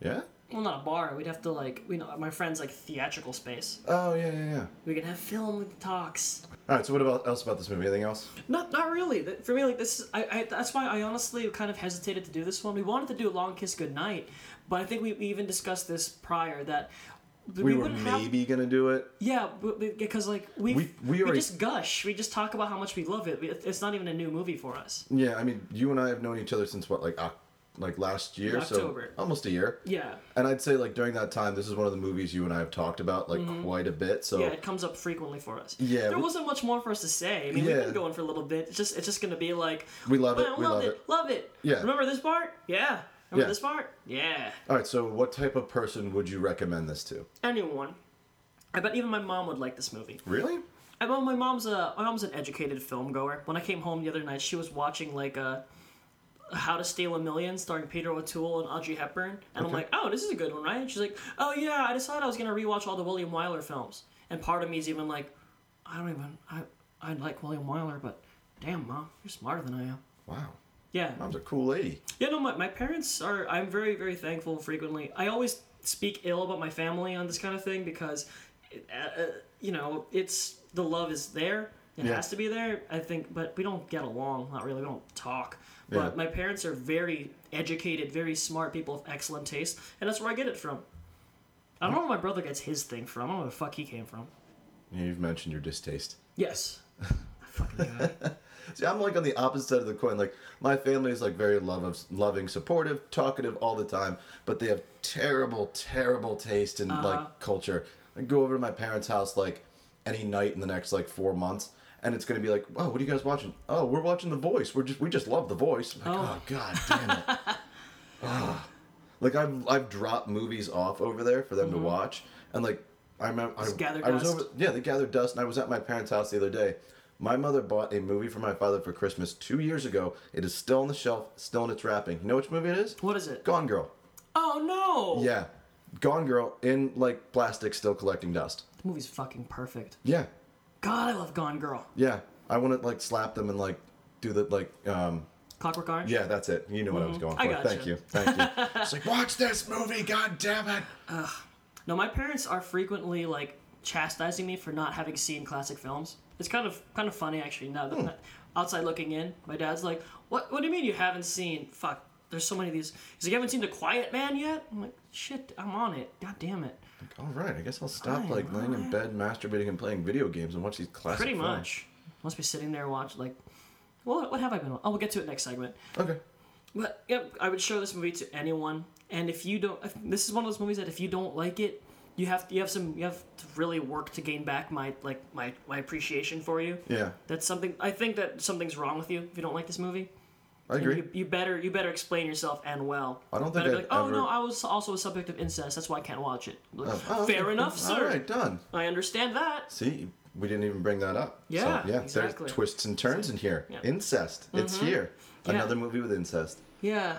[SPEAKER 1] Yeah.
[SPEAKER 3] Well, not a bar. We'd have to like we know my friends like theatrical space.
[SPEAKER 1] Oh yeah, yeah, yeah.
[SPEAKER 3] We can have film talks.
[SPEAKER 1] All right. So what about else about this movie? Anything else?
[SPEAKER 3] Not, not really. Th- For me, like this, is- I, I that's why I honestly kind of hesitated to do this one. We wanted to do a long kiss goodnight, but I think we, we even discussed this prior that th-
[SPEAKER 1] We, were
[SPEAKER 3] wouldn't have-
[SPEAKER 1] maybe gonna do it.
[SPEAKER 3] yeah, b- b- because like we
[SPEAKER 1] We-
[SPEAKER 3] we,
[SPEAKER 1] we already-
[SPEAKER 3] just gush. We just talk about how much we love it. We- it- It's not even a new movie for us.
[SPEAKER 1] Yeah. I mean, you and I have known each other since what, like, Oc like last year,
[SPEAKER 3] October.
[SPEAKER 1] so almost a year.
[SPEAKER 3] Yeah,
[SPEAKER 1] And I'd say like during that time, this is one of the movies you and I have talked about like quite a bit. So
[SPEAKER 3] Mm-hmm. yeah, it comes up frequently for us.
[SPEAKER 1] Yeah,
[SPEAKER 3] there
[SPEAKER 1] we-
[SPEAKER 3] wasn't much more for us to say. I mean,
[SPEAKER 1] Yeah.
[SPEAKER 3] we've been going for a little bit. It's just it's just gonna be like
[SPEAKER 1] We love it,
[SPEAKER 3] "Man,
[SPEAKER 1] we love
[SPEAKER 3] love
[SPEAKER 1] it."
[SPEAKER 3] love it.
[SPEAKER 1] Yeah.
[SPEAKER 3] remember this part? Yeah, remember
[SPEAKER 1] Yeah.
[SPEAKER 3] this part? Yeah.
[SPEAKER 1] all right. So what type of person would you recommend this to?
[SPEAKER 3] anyone. I bet even my mom would like this movie.
[SPEAKER 1] Really?
[SPEAKER 3] I well, my mom's a my mom's an educated film goer. When I came home the other night, she was watching like a How to Steal a Million starring Peter O'Toole and Audrey Hepburn, and I'm like, oh, this is a good one, right? And she's like, oh yeah, I decided I was gonna rewatch all the William Wyler films, and part of me is even like, I don't even I I like William Wyler, but damn mom, you're smarter than I am.
[SPEAKER 1] Wow.
[SPEAKER 3] Yeah,
[SPEAKER 1] Mom's a cool lady.
[SPEAKER 3] yeah, no, my, my parents are. I'm very, very thankful frequently. I always speak ill about my family on this kind of thing because, uh, uh, you know, it's the love is there. It
[SPEAKER 1] Yeah.
[SPEAKER 3] has to be there, I think, but we don't get along. Not really. We don't talk. But
[SPEAKER 1] Yeah.
[SPEAKER 3] my parents are very educated, very smart people of excellent taste, and that's where I get it from. I don't know where my brother gets his thing from. I don't know where the fuck he came from.
[SPEAKER 1] Yeah, You've mentioned your distaste.
[SPEAKER 3] Yes.
[SPEAKER 1] See, I'm like on the opposite side of the coin. Like my family is like very love of loving, supportive, talkative all the time, but they have terrible, terrible taste in
[SPEAKER 3] Uh-huh.
[SPEAKER 1] like culture. I go over to my parents' house like any night in the next like four months, and it's gonna be like, "Wow, what are you guys watching? Oh, we're "Oh, watching The Voice. We're just we just love The Voice." I'm like, oh. god damn it. Ah. Like I've I've dropped movies off over there for them to watch, and like I remember I,
[SPEAKER 3] Mm-hmm. Just gather
[SPEAKER 1] I was
[SPEAKER 3] dust.
[SPEAKER 1] over yeah they gathered dust, and I was at my parents' house the other day. My mother bought a movie for my father for Christmas two years ago. It is still on the shelf, still in its wrapping. You know which movie it is?
[SPEAKER 3] What is it?
[SPEAKER 1] Gone Girl.
[SPEAKER 3] Oh no!
[SPEAKER 1] Yeah, Gone Girl in like plastic, still collecting dust.
[SPEAKER 3] The movie's fucking perfect.
[SPEAKER 1] Yeah,
[SPEAKER 3] God, I love Gone Girl.
[SPEAKER 1] yeah. I want to like slap them and like do the like um
[SPEAKER 3] Clockwork Orange.
[SPEAKER 1] yeah that's it. You know what I was going for.
[SPEAKER 3] Mm-hmm. I gotcha.
[SPEAKER 1] Thank you, thank you. it's like watch this movie, god damn it.
[SPEAKER 3] No, my parents are frequently like chastising me for not having seen classic films. It's kind of kind of funny actually. Now that that- outside looking in, my dad's like, "What? What do you mean you haven't seen? Fuck, there's so many of these." He's like, "You haven't seen The Quiet Man yet?" I'm like, "Shit, I'm on it. God damn it."
[SPEAKER 1] All right, I guess I'll stop
[SPEAKER 3] Fine,
[SPEAKER 1] like laying in bed, masturbating, and playing video games and watch these classic.
[SPEAKER 3] Pretty
[SPEAKER 1] films.
[SPEAKER 3] much. Must be sitting there watching like, what? What have I been? on? Oh, we'll get to it next segment.
[SPEAKER 1] Okay.
[SPEAKER 3] But yep, I would show this movie to anyone, and if you don't, if, this is one of those movies that if you don't like it, you have you have some you have to really work to gain back my like my my appreciation for you.
[SPEAKER 1] Yeah,
[SPEAKER 3] That's something I think that something's wrong with you if you don't like this movie.
[SPEAKER 1] I
[SPEAKER 3] And
[SPEAKER 1] agree.
[SPEAKER 3] You, you better you better explain yourself and well.
[SPEAKER 1] I don't
[SPEAKER 3] Better
[SPEAKER 1] think
[SPEAKER 3] be like,
[SPEAKER 1] I've
[SPEAKER 3] oh no,
[SPEAKER 1] ever-
[SPEAKER 3] I was also a subject of incest. That's why I can't watch it. Like,
[SPEAKER 1] Oh, okay.
[SPEAKER 3] Fair enough,
[SPEAKER 1] All
[SPEAKER 3] sir.
[SPEAKER 1] right, done.
[SPEAKER 3] I understand that.
[SPEAKER 1] See, we didn't even bring that up.
[SPEAKER 3] Yeah,
[SPEAKER 1] so, yeah.
[SPEAKER 3] exactly.
[SPEAKER 1] There's twists and turns in here.
[SPEAKER 3] Yeah. Mm-hmm.
[SPEAKER 1] Incest. It's here.
[SPEAKER 3] Yeah.
[SPEAKER 1] Another movie with incest.
[SPEAKER 3] Yeah,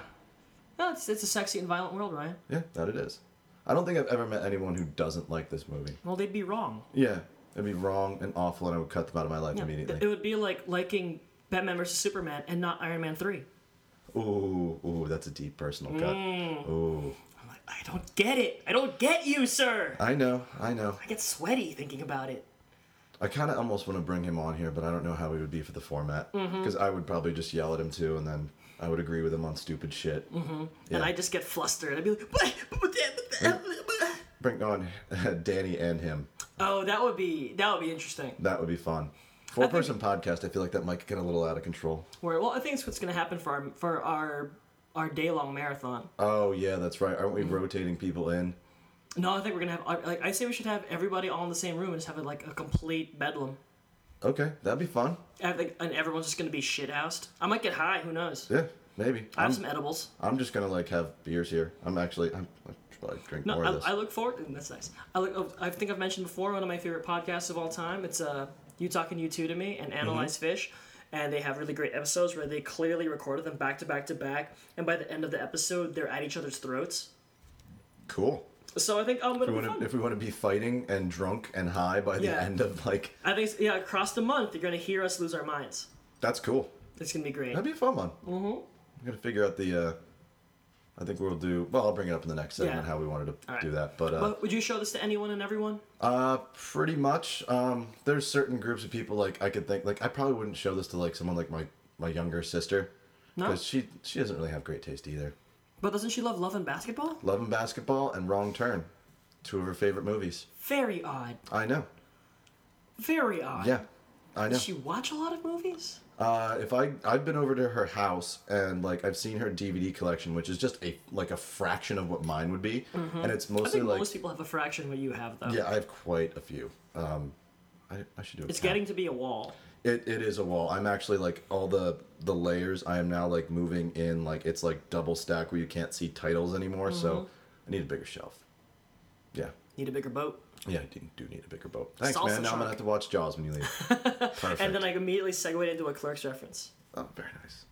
[SPEAKER 3] no, it's it's a sexy and violent world, Ryan.
[SPEAKER 1] Yeah, that it is. I don't think I've ever met anyone who doesn't like this movie.
[SPEAKER 3] Well, they'd be wrong.
[SPEAKER 1] Yeah, it'd be wrong and awful, and I would cut them out of my life
[SPEAKER 3] Yeah,
[SPEAKER 1] immediately.
[SPEAKER 3] It would be like liking Batman versus Superman and not Iron Man 3.
[SPEAKER 1] ooh, ooh, that's a deep personal cut.
[SPEAKER 3] Mm.
[SPEAKER 1] Ooh,
[SPEAKER 3] I'm like, I don't get it. I don't get you, sir.
[SPEAKER 1] I know, I know.
[SPEAKER 3] I get sweaty thinking about it.
[SPEAKER 1] I kind of almost want to bring him on here, but I don't know how he would be for the format
[SPEAKER 3] Mm-hmm.
[SPEAKER 1] because I would probably just yell at him too, and then I would agree with him on stupid shit.
[SPEAKER 3] And
[SPEAKER 1] Yeah.
[SPEAKER 3] I just get flustered. I'd be like, "But- but- but- but- but- but-"
[SPEAKER 1] Bring on Danny and him.
[SPEAKER 3] Oh, that would be that would be interesting.
[SPEAKER 1] That would be fun. Four person podcast. I feel like that might get a little out of control.
[SPEAKER 3] Where well, I think it's what's gonna happen for our for our our day long marathon.
[SPEAKER 1] Oh yeah, that's right. Aren't we rotating people in?
[SPEAKER 3] No, I think we're gonna have like I say we should have everybody all in the same room and just have like a complete bedlam.
[SPEAKER 1] Okay, that'd be fun.
[SPEAKER 3] I think, and everyone's just gonna be shit housed. I might get high. Who knows?
[SPEAKER 1] Yeah, maybe.
[SPEAKER 3] I have
[SPEAKER 1] I'm,
[SPEAKER 3] some edibles.
[SPEAKER 1] I'm just gonna like have beers here. I'm actually I'm, I should probably drink
[SPEAKER 3] No,
[SPEAKER 1] more of this.
[SPEAKER 3] I, I look forward. and That's nice. I look. oh, I think I've mentioned before one of my favorite podcasts of all time. It's uh, you talking you two to me and
[SPEAKER 1] Mm-hmm.
[SPEAKER 3] analyze fish, and they have really great episodes where they clearly recorded them back to back to back, and by the end of the episode, they're at each other's throats.
[SPEAKER 1] cool.
[SPEAKER 3] So I think oh,
[SPEAKER 1] If
[SPEAKER 3] it'll
[SPEAKER 1] we,
[SPEAKER 3] be
[SPEAKER 1] wanna,
[SPEAKER 3] fun.
[SPEAKER 1] if we want to be fighting and drunk and high by the
[SPEAKER 3] Yeah.
[SPEAKER 1] end of like,
[SPEAKER 3] I think it's- yeah, across the month, you're gonna hear us lose our minds.
[SPEAKER 1] that's cool.
[SPEAKER 3] It's gonna be great.
[SPEAKER 1] That'd be a fun one. Mm-hmm. I'm gonna figure out the. uh I think we'll do. Well, I'll bring it up in the next segment
[SPEAKER 3] Yeah.
[SPEAKER 1] how we wanted to
[SPEAKER 3] right.
[SPEAKER 1] do that. But uh,
[SPEAKER 3] But would you show this to anyone and everyone?
[SPEAKER 1] Uh, pretty much. Um, there's certain groups of people like I could think like I probably wouldn't show this to like someone like my my younger sister.
[SPEAKER 3] No?
[SPEAKER 1] Because she she doesn't really have great taste either.
[SPEAKER 3] But doesn't she love love and basketball?
[SPEAKER 1] Love and Basketball and Wrong Turn, two of her favorite movies.
[SPEAKER 3] Very odd.
[SPEAKER 1] I know.
[SPEAKER 3] Very odd.
[SPEAKER 1] Yeah, I know.
[SPEAKER 3] Does she watch a lot of movies?
[SPEAKER 1] Uh, if I I've been over to her house and like I've seen her DVD collection, which is just a like a fraction of what mine would be, and it's
[SPEAKER 3] Mm-hmm. I
[SPEAKER 1] mostly
[SPEAKER 3] think
[SPEAKER 1] like
[SPEAKER 3] most people have a fraction what you have, though.
[SPEAKER 1] yeah, I have quite a few. Um, I, I should do. A
[SPEAKER 3] It's
[SPEAKER 1] count.
[SPEAKER 3] getting to be a wall.
[SPEAKER 1] It, it is a wall. I'm actually like all the the layers. I am now like moving in like it's like double stack where you can't see titles anymore.
[SPEAKER 3] Mm-hmm.
[SPEAKER 1] So I need a bigger shelf. Yeah,
[SPEAKER 3] Need a bigger boat.
[SPEAKER 1] yeah, I do, do need a bigger boat. Thanks,
[SPEAKER 3] Salsa
[SPEAKER 1] man. Now I'm
[SPEAKER 3] shark.
[SPEAKER 1] gonna have to watch Jaws when you leave. Perfect.
[SPEAKER 3] And then I immediately segued into a clerk's reference.
[SPEAKER 1] oh, very nice.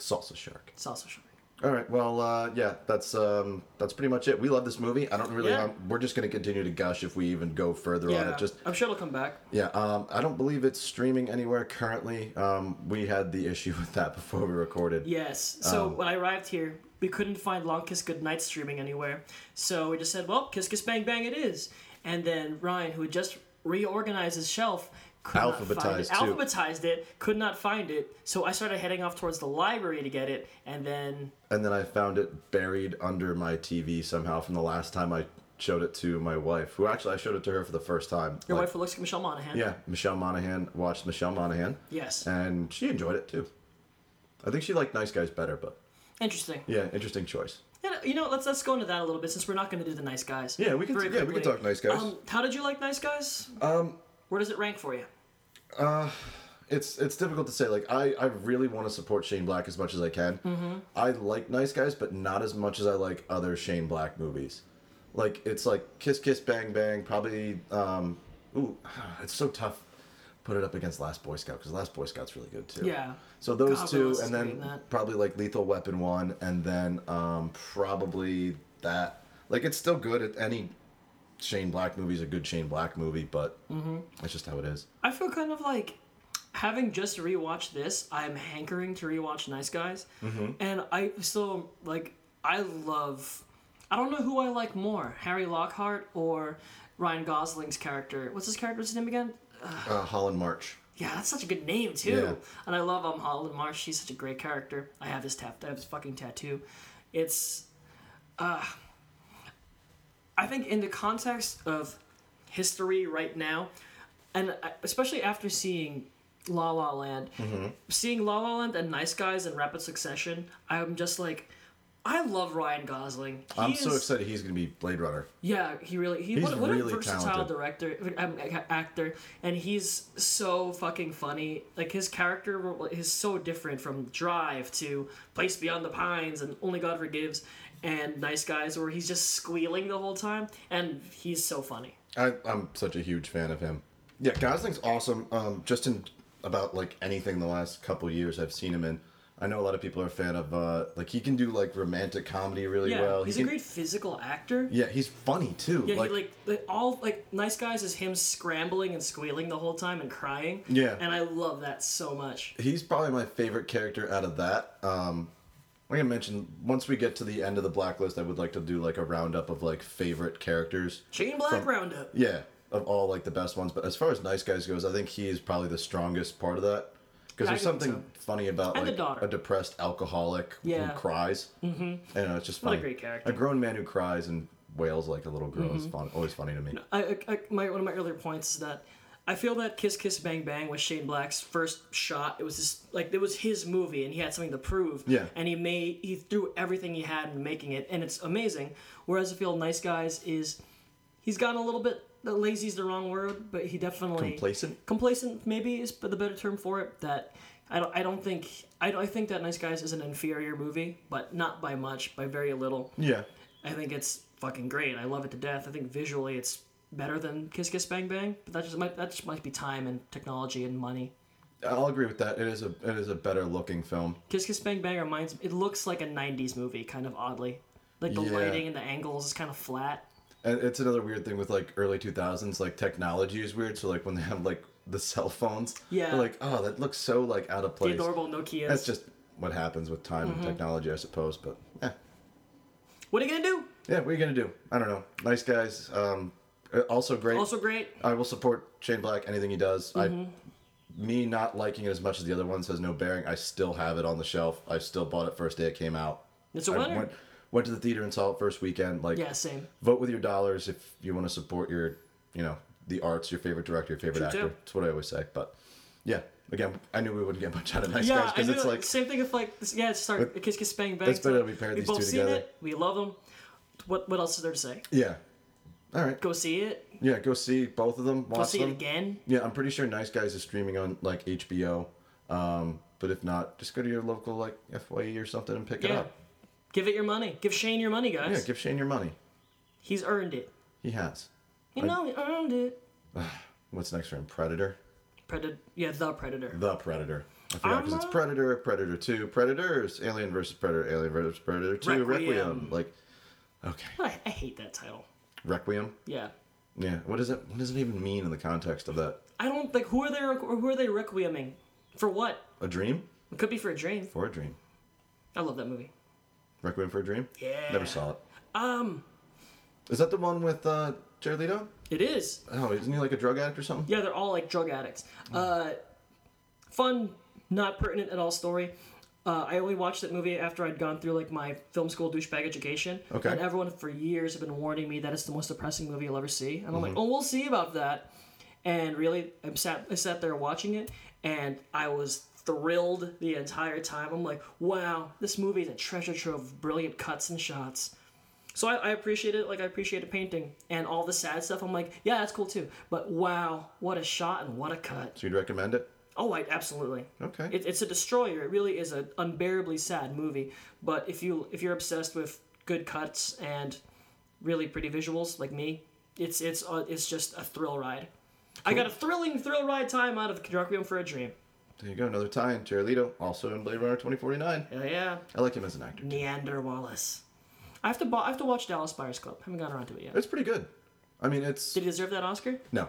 [SPEAKER 1] Salsa shark.
[SPEAKER 3] Salsa shark.
[SPEAKER 1] All right. Well, uh, yeah, that's um, that's pretty much it. We love this movie. I don't really.
[SPEAKER 3] Yeah.
[SPEAKER 1] Um, we're just gonna continue to gush if we even go further on it. Just
[SPEAKER 3] I'm sure it'll come back.
[SPEAKER 1] Yeah, um, I don't believe it's streaming anywhere currently. Um, we had the issue with that before we recorded.
[SPEAKER 3] Yes. So
[SPEAKER 1] Um,
[SPEAKER 3] when I arrived here, we couldn't find Long Kiss Goodnight streaming anywhere. So we just said, well, Kiss Kiss Bang Bang it is. And then Ryan, who had just reorganized his shelf, could
[SPEAKER 1] Alphabetized,
[SPEAKER 3] not find
[SPEAKER 1] too.
[SPEAKER 3] it. Alphabetized it, could not find it. So I started heading off towards the library to get it. And then,
[SPEAKER 1] And then I found it buried under my TV somehow from the last time I showed it to my wife, who actually I showed it to her for the first time.
[SPEAKER 3] your
[SPEAKER 1] Like,
[SPEAKER 3] wife, who looks like Michelle Monaghan.
[SPEAKER 1] Yeah, Michelle Monaghan watched Michelle Monaghan.
[SPEAKER 3] Yes.
[SPEAKER 1] And she enjoyed it too. I think she liked Nice Guys better, but
[SPEAKER 3] Interesting.
[SPEAKER 1] yeah, interesting choice.
[SPEAKER 3] Yeah, you know, let's let's go into that a little bit since we're not going to do the nice guys.
[SPEAKER 1] Yeah, we can-
[SPEAKER 3] very
[SPEAKER 1] yeah, we can
[SPEAKER 3] quickly.
[SPEAKER 1] talk Nice Guys.
[SPEAKER 3] Um, how did you like Nice Guys? Um, where does it rank for you?
[SPEAKER 1] it's it's difficult to say. Like I, I really want to support Shane Black as much as I can.
[SPEAKER 3] Mm-hmm.
[SPEAKER 1] I like Nice Guys, but not as much as I like other Shane Black movies. Like it's like Kiss Kiss Bang Bang. Probably. Um, ooh, it's so tough. Put it up against Last Boy Scout because Last Boy Scout's really good too.
[SPEAKER 3] Yeah.
[SPEAKER 1] So those
[SPEAKER 3] God,
[SPEAKER 1] two,
[SPEAKER 3] Willis is
[SPEAKER 1] and
[SPEAKER 3] great in
[SPEAKER 1] then
[SPEAKER 3] that.
[SPEAKER 1] probably like Lethal Weapon one, and then um, probably that. Like it's still good. At any Shane Black movie is a good Shane Black movie, but
[SPEAKER 3] Mm-hmm.
[SPEAKER 1] that's just how it is.
[SPEAKER 3] I feel kind of like having just rewatched this, I'm hankering to rewatch Nice Guys.
[SPEAKER 1] Mm-hmm.
[SPEAKER 3] And I still like I love I don't know who I like more, Harry Lockhart or Ryan Gosling's character. What's his character's name again?
[SPEAKER 1] Uh, Holland March.
[SPEAKER 3] Yeah, that's such a good name too.
[SPEAKER 1] Yeah.
[SPEAKER 3] And I love um Holland Marsh. She's such a great character. I have his tap. I have his fucking tattoo. It's, uh, I think in the context of history right now, and I- especially after seeing La La Land,
[SPEAKER 1] Mm-hmm.
[SPEAKER 3] seeing La La Land and Nice Guys in rapid succession, I'm just like. I love Ryan Gosling. He
[SPEAKER 1] I'm
[SPEAKER 3] is,
[SPEAKER 1] so excited he's going to be Blade Runner.
[SPEAKER 3] yeah, he really he
[SPEAKER 1] He's
[SPEAKER 3] what, what
[SPEAKER 1] really
[SPEAKER 3] a versatile
[SPEAKER 1] talented.
[SPEAKER 3] director um, ac- actor, and he's so fucking funny. Like his character ro- is so different from Drive to Place Beyond the Pines and Only God Forgives and Nice Guys, where he's just squealing the whole time, and he's so funny.
[SPEAKER 1] I, I'm such a huge fan of him. Yeah, Gosling's awesome. Um, just in about like anything the last couple years I've seen him in. I know a lot of people are a fan of uh, like he can do like romantic comedy really
[SPEAKER 3] Yeah,
[SPEAKER 1] well. He
[SPEAKER 3] he's a
[SPEAKER 1] can-
[SPEAKER 3] great physical actor.
[SPEAKER 1] Yeah, he's funny too.
[SPEAKER 3] Yeah,
[SPEAKER 1] like,
[SPEAKER 3] he like the- all like Nice Guys is him scrambling and squealing the whole time and crying.
[SPEAKER 1] Yeah.
[SPEAKER 3] and I love that so much.
[SPEAKER 1] he's probably my favorite character out of that. Um, like I mentioned, once we get to the end of the blacklist, I would like to do like a roundup of like favorite characters.
[SPEAKER 3] Shane Black Roundup.
[SPEAKER 1] Yeah, of all like the best ones. But as far as nice guys goes, I think he is probably the strongest part of that. Because
[SPEAKER 3] I
[SPEAKER 1] there's
[SPEAKER 3] think
[SPEAKER 1] something
[SPEAKER 3] so.
[SPEAKER 1] funny about
[SPEAKER 3] And the
[SPEAKER 1] like
[SPEAKER 3] daughter.
[SPEAKER 1] a depressed alcoholic
[SPEAKER 3] Yeah.
[SPEAKER 1] who cries. Mm-hmm. And it's just
[SPEAKER 3] a
[SPEAKER 1] funny.
[SPEAKER 3] great character. Mm-hmm.
[SPEAKER 1] A grown man who cries and wails like a little girl is fun. Always funny to me.
[SPEAKER 3] I, I, I my one of my earlier points is that I feel that Kiss Kiss Bang Bang was Shane Black's first shot. It was just like it was his movie, and he had something to prove.
[SPEAKER 1] Yeah.
[SPEAKER 3] And he made he threw everything he had in making it, and it's amazing. Whereas I feel Nice Guys is he's gotten a little bit lazy is the wrong word, but he definitely
[SPEAKER 1] Complacent.
[SPEAKER 3] complacent maybe is the better term for it. That I don't I don't think I don't I think that Nice Guys is an inferior movie, but not by much, by very little.
[SPEAKER 1] Yeah.
[SPEAKER 3] I think it's fucking great. I love it to death. I think visually it's better than Kiss Kiss Bang Bang, but that just might that just might be time and technology and money.
[SPEAKER 1] I'll agree with that. It is a it is a better looking film.
[SPEAKER 3] Kiss Kiss Bang Bang reminds it looks like a '90s movie, kind of oddly. Like the
[SPEAKER 1] Yeah.
[SPEAKER 3] lighting and the angles is kind of flat.
[SPEAKER 1] And it's another weird thing with like early 2000s, like technology is weird. So like when they have like the cell phones,
[SPEAKER 3] Yeah.
[SPEAKER 1] they're like, oh, that looks so like out of
[SPEAKER 3] The
[SPEAKER 1] place.
[SPEAKER 3] adorable Nokia's.
[SPEAKER 1] That's just what happens with time
[SPEAKER 3] Mm-hmm.
[SPEAKER 1] and technology, I suppose. But eh.
[SPEAKER 3] what are you gonna do?
[SPEAKER 1] yeah, what are you gonna do? I don't know. Nice guys. Um, uh, also great.
[SPEAKER 3] Also great.
[SPEAKER 1] I will support Shane Black anything he does. I,
[SPEAKER 3] Mm-hmm.
[SPEAKER 1] me not liking it as much as the other ones has no bearing. I still have it on the shelf. I still bought it first day it came out.
[SPEAKER 3] It's a
[SPEAKER 1] I
[SPEAKER 3] winner.
[SPEAKER 1] went, went to the theater and saw it first weekend. Like
[SPEAKER 3] Yeah, same.
[SPEAKER 1] vote with your dollars if you want to support your you know the arts your favorite director your favorite
[SPEAKER 3] True,
[SPEAKER 1] actor
[SPEAKER 3] too.
[SPEAKER 1] that's what i always say but yeah again i knew we wouldn't get much out of nice
[SPEAKER 3] Yeah,
[SPEAKER 1] guys
[SPEAKER 3] I
[SPEAKER 1] because
[SPEAKER 3] knew
[SPEAKER 1] it's like
[SPEAKER 3] same thing if like this- yeah, start Kiss Kiss Bang Bang.
[SPEAKER 1] that's better that
[SPEAKER 3] It's
[SPEAKER 1] we paired these
[SPEAKER 3] both
[SPEAKER 1] two
[SPEAKER 3] seen
[SPEAKER 1] together.
[SPEAKER 3] it. We love them. What what else is there to say?
[SPEAKER 1] yeah all right
[SPEAKER 3] Go see it.
[SPEAKER 1] yeah go see both of them watch
[SPEAKER 3] Go see
[SPEAKER 1] them
[SPEAKER 3] it again.
[SPEAKER 1] yeah i'm pretty sure nice guys is streaming on like hbo um but if not just go to your local like fye or something and pick it
[SPEAKER 3] Yeah.
[SPEAKER 1] up
[SPEAKER 3] Give it your money. Give Shane your money, guys.
[SPEAKER 1] yeah give shane your money
[SPEAKER 3] He's earned it.
[SPEAKER 1] he has
[SPEAKER 3] You know, he earned it.
[SPEAKER 1] what's next for him predator
[SPEAKER 3] Predator. Yeah, the Predator.
[SPEAKER 1] The Predator. I forgot because
[SPEAKER 3] uh,
[SPEAKER 1] it's Predator, Predator Two, Predators, Alien versus Predator, Alien versus Predator Two, Requiem.
[SPEAKER 3] Requiem.
[SPEAKER 1] Like, okay,
[SPEAKER 3] I, I hate that title.
[SPEAKER 1] Requiem.
[SPEAKER 3] Yeah.
[SPEAKER 1] Yeah. What does it? What does it even mean in the context of that?
[SPEAKER 3] I don't like who are they requ- who are they requieming? For what?
[SPEAKER 1] A dream
[SPEAKER 3] It could be for a dream.
[SPEAKER 1] for a dream.
[SPEAKER 3] I love that movie.
[SPEAKER 1] Requiem for a dream.
[SPEAKER 3] Yeah.
[SPEAKER 1] Never saw it.
[SPEAKER 3] Um,
[SPEAKER 1] Is that the one with uh, Jared Leto?
[SPEAKER 3] it is.
[SPEAKER 1] Oh, isn't he like a drug addict or something?
[SPEAKER 3] Yeah, they're all like drug addicts. Uh, fun, not pertinent at all story. Uh, I only watched that movie after I'd gone through like my film school douchebag education.
[SPEAKER 1] Okay.
[SPEAKER 3] And everyone for years have been warning me that it's the most depressing movie you'll ever see. And I'm like, oh, we'll see about that. And really, I'm sat, I sat there watching it, and I was thrilled the entire time. I'm like, wow, this movie is a treasure trove of brilliant cuts and shots. So I, I appreciate it, like I appreciate a painting and all the sad stuff. I'm like, yeah, that's cool too. But wow, what a shot and what a cut!
[SPEAKER 1] So you'd recommend it?
[SPEAKER 3] Oh, I absolutely.
[SPEAKER 1] Okay.
[SPEAKER 3] It, it's a destroyer. It really is an unbearably sad movie. But if you if you're obsessed with good cuts and really pretty visuals like me, it's it's uh, it's just a thrill ride. I got a thrilling thrill ride time out of Requiem for a Dream.
[SPEAKER 1] there you go, another tie-in. Jared Leto, also in Blade Runner 2049.
[SPEAKER 3] Hell yeah,
[SPEAKER 1] I like him as an actor.
[SPEAKER 3] Neander Wallace. I have to bo- I have to watch Dallas Buyers Club. Haven't gotten around to it yet.
[SPEAKER 1] It's pretty good. I mean, it's
[SPEAKER 3] Did he deserve that Oscar?
[SPEAKER 1] no,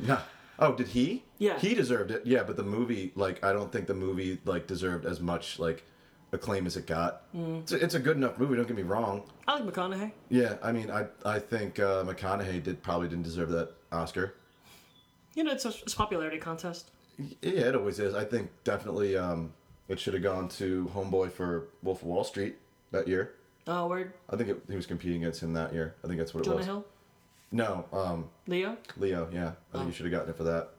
[SPEAKER 1] no. Oh, did he?
[SPEAKER 3] Yeah.
[SPEAKER 1] He deserved it. Yeah, but the movie, like, I don't think the movie like deserved as much like acclaim as it got.
[SPEAKER 3] Mm.
[SPEAKER 1] It's, a, it's a good enough movie. Don't get me wrong.
[SPEAKER 3] I like McConaughey.
[SPEAKER 1] Yeah, I mean, I I think uh, McConaughey did probably didn't deserve that Oscar.
[SPEAKER 3] You know, it's a, it's a popularity contest.
[SPEAKER 1] Yeah, it always is. I think definitely um, it should have gone to Homeboy for Wolf of Wall Street that year.
[SPEAKER 3] Oh, word.
[SPEAKER 1] I think it, he was competing against him that year. I think that's what it
[SPEAKER 3] Jonah
[SPEAKER 1] was.
[SPEAKER 3] Hill,
[SPEAKER 1] No, um,
[SPEAKER 3] Leo.
[SPEAKER 1] Leo. Yeah, I
[SPEAKER 3] Oh.
[SPEAKER 1] think he should have gotten it for that.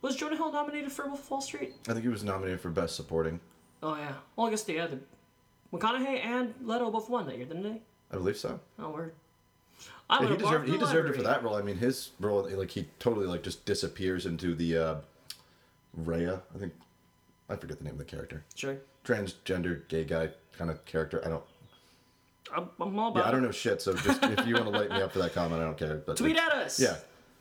[SPEAKER 3] Was Jonah Hill nominated for Wolf of Wall Street?
[SPEAKER 1] I think he was nominated for Best Supporting.
[SPEAKER 3] Oh yeah. Well, I guess they had the McConaughey and Leto both won that year, didn't they?
[SPEAKER 1] I believe so.
[SPEAKER 3] Oh word. I'm
[SPEAKER 1] Yeah, he
[SPEAKER 3] gonna barf
[SPEAKER 1] deserved he
[SPEAKER 3] the
[SPEAKER 1] deserved it for
[SPEAKER 3] library.
[SPEAKER 1] that role. I mean, his role like he totally like just disappears into the uh, Rhea. I think I forget the name of the character.
[SPEAKER 3] Sure.
[SPEAKER 1] Transgender gay guy kind of character. I don't.
[SPEAKER 3] I'm, I'm all about.
[SPEAKER 1] Yeah, I don't
[SPEAKER 3] it.
[SPEAKER 1] know shit. So just if you want to light me up for that comment, I don't care. But
[SPEAKER 3] Tweet at us.
[SPEAKER 1] Yeah,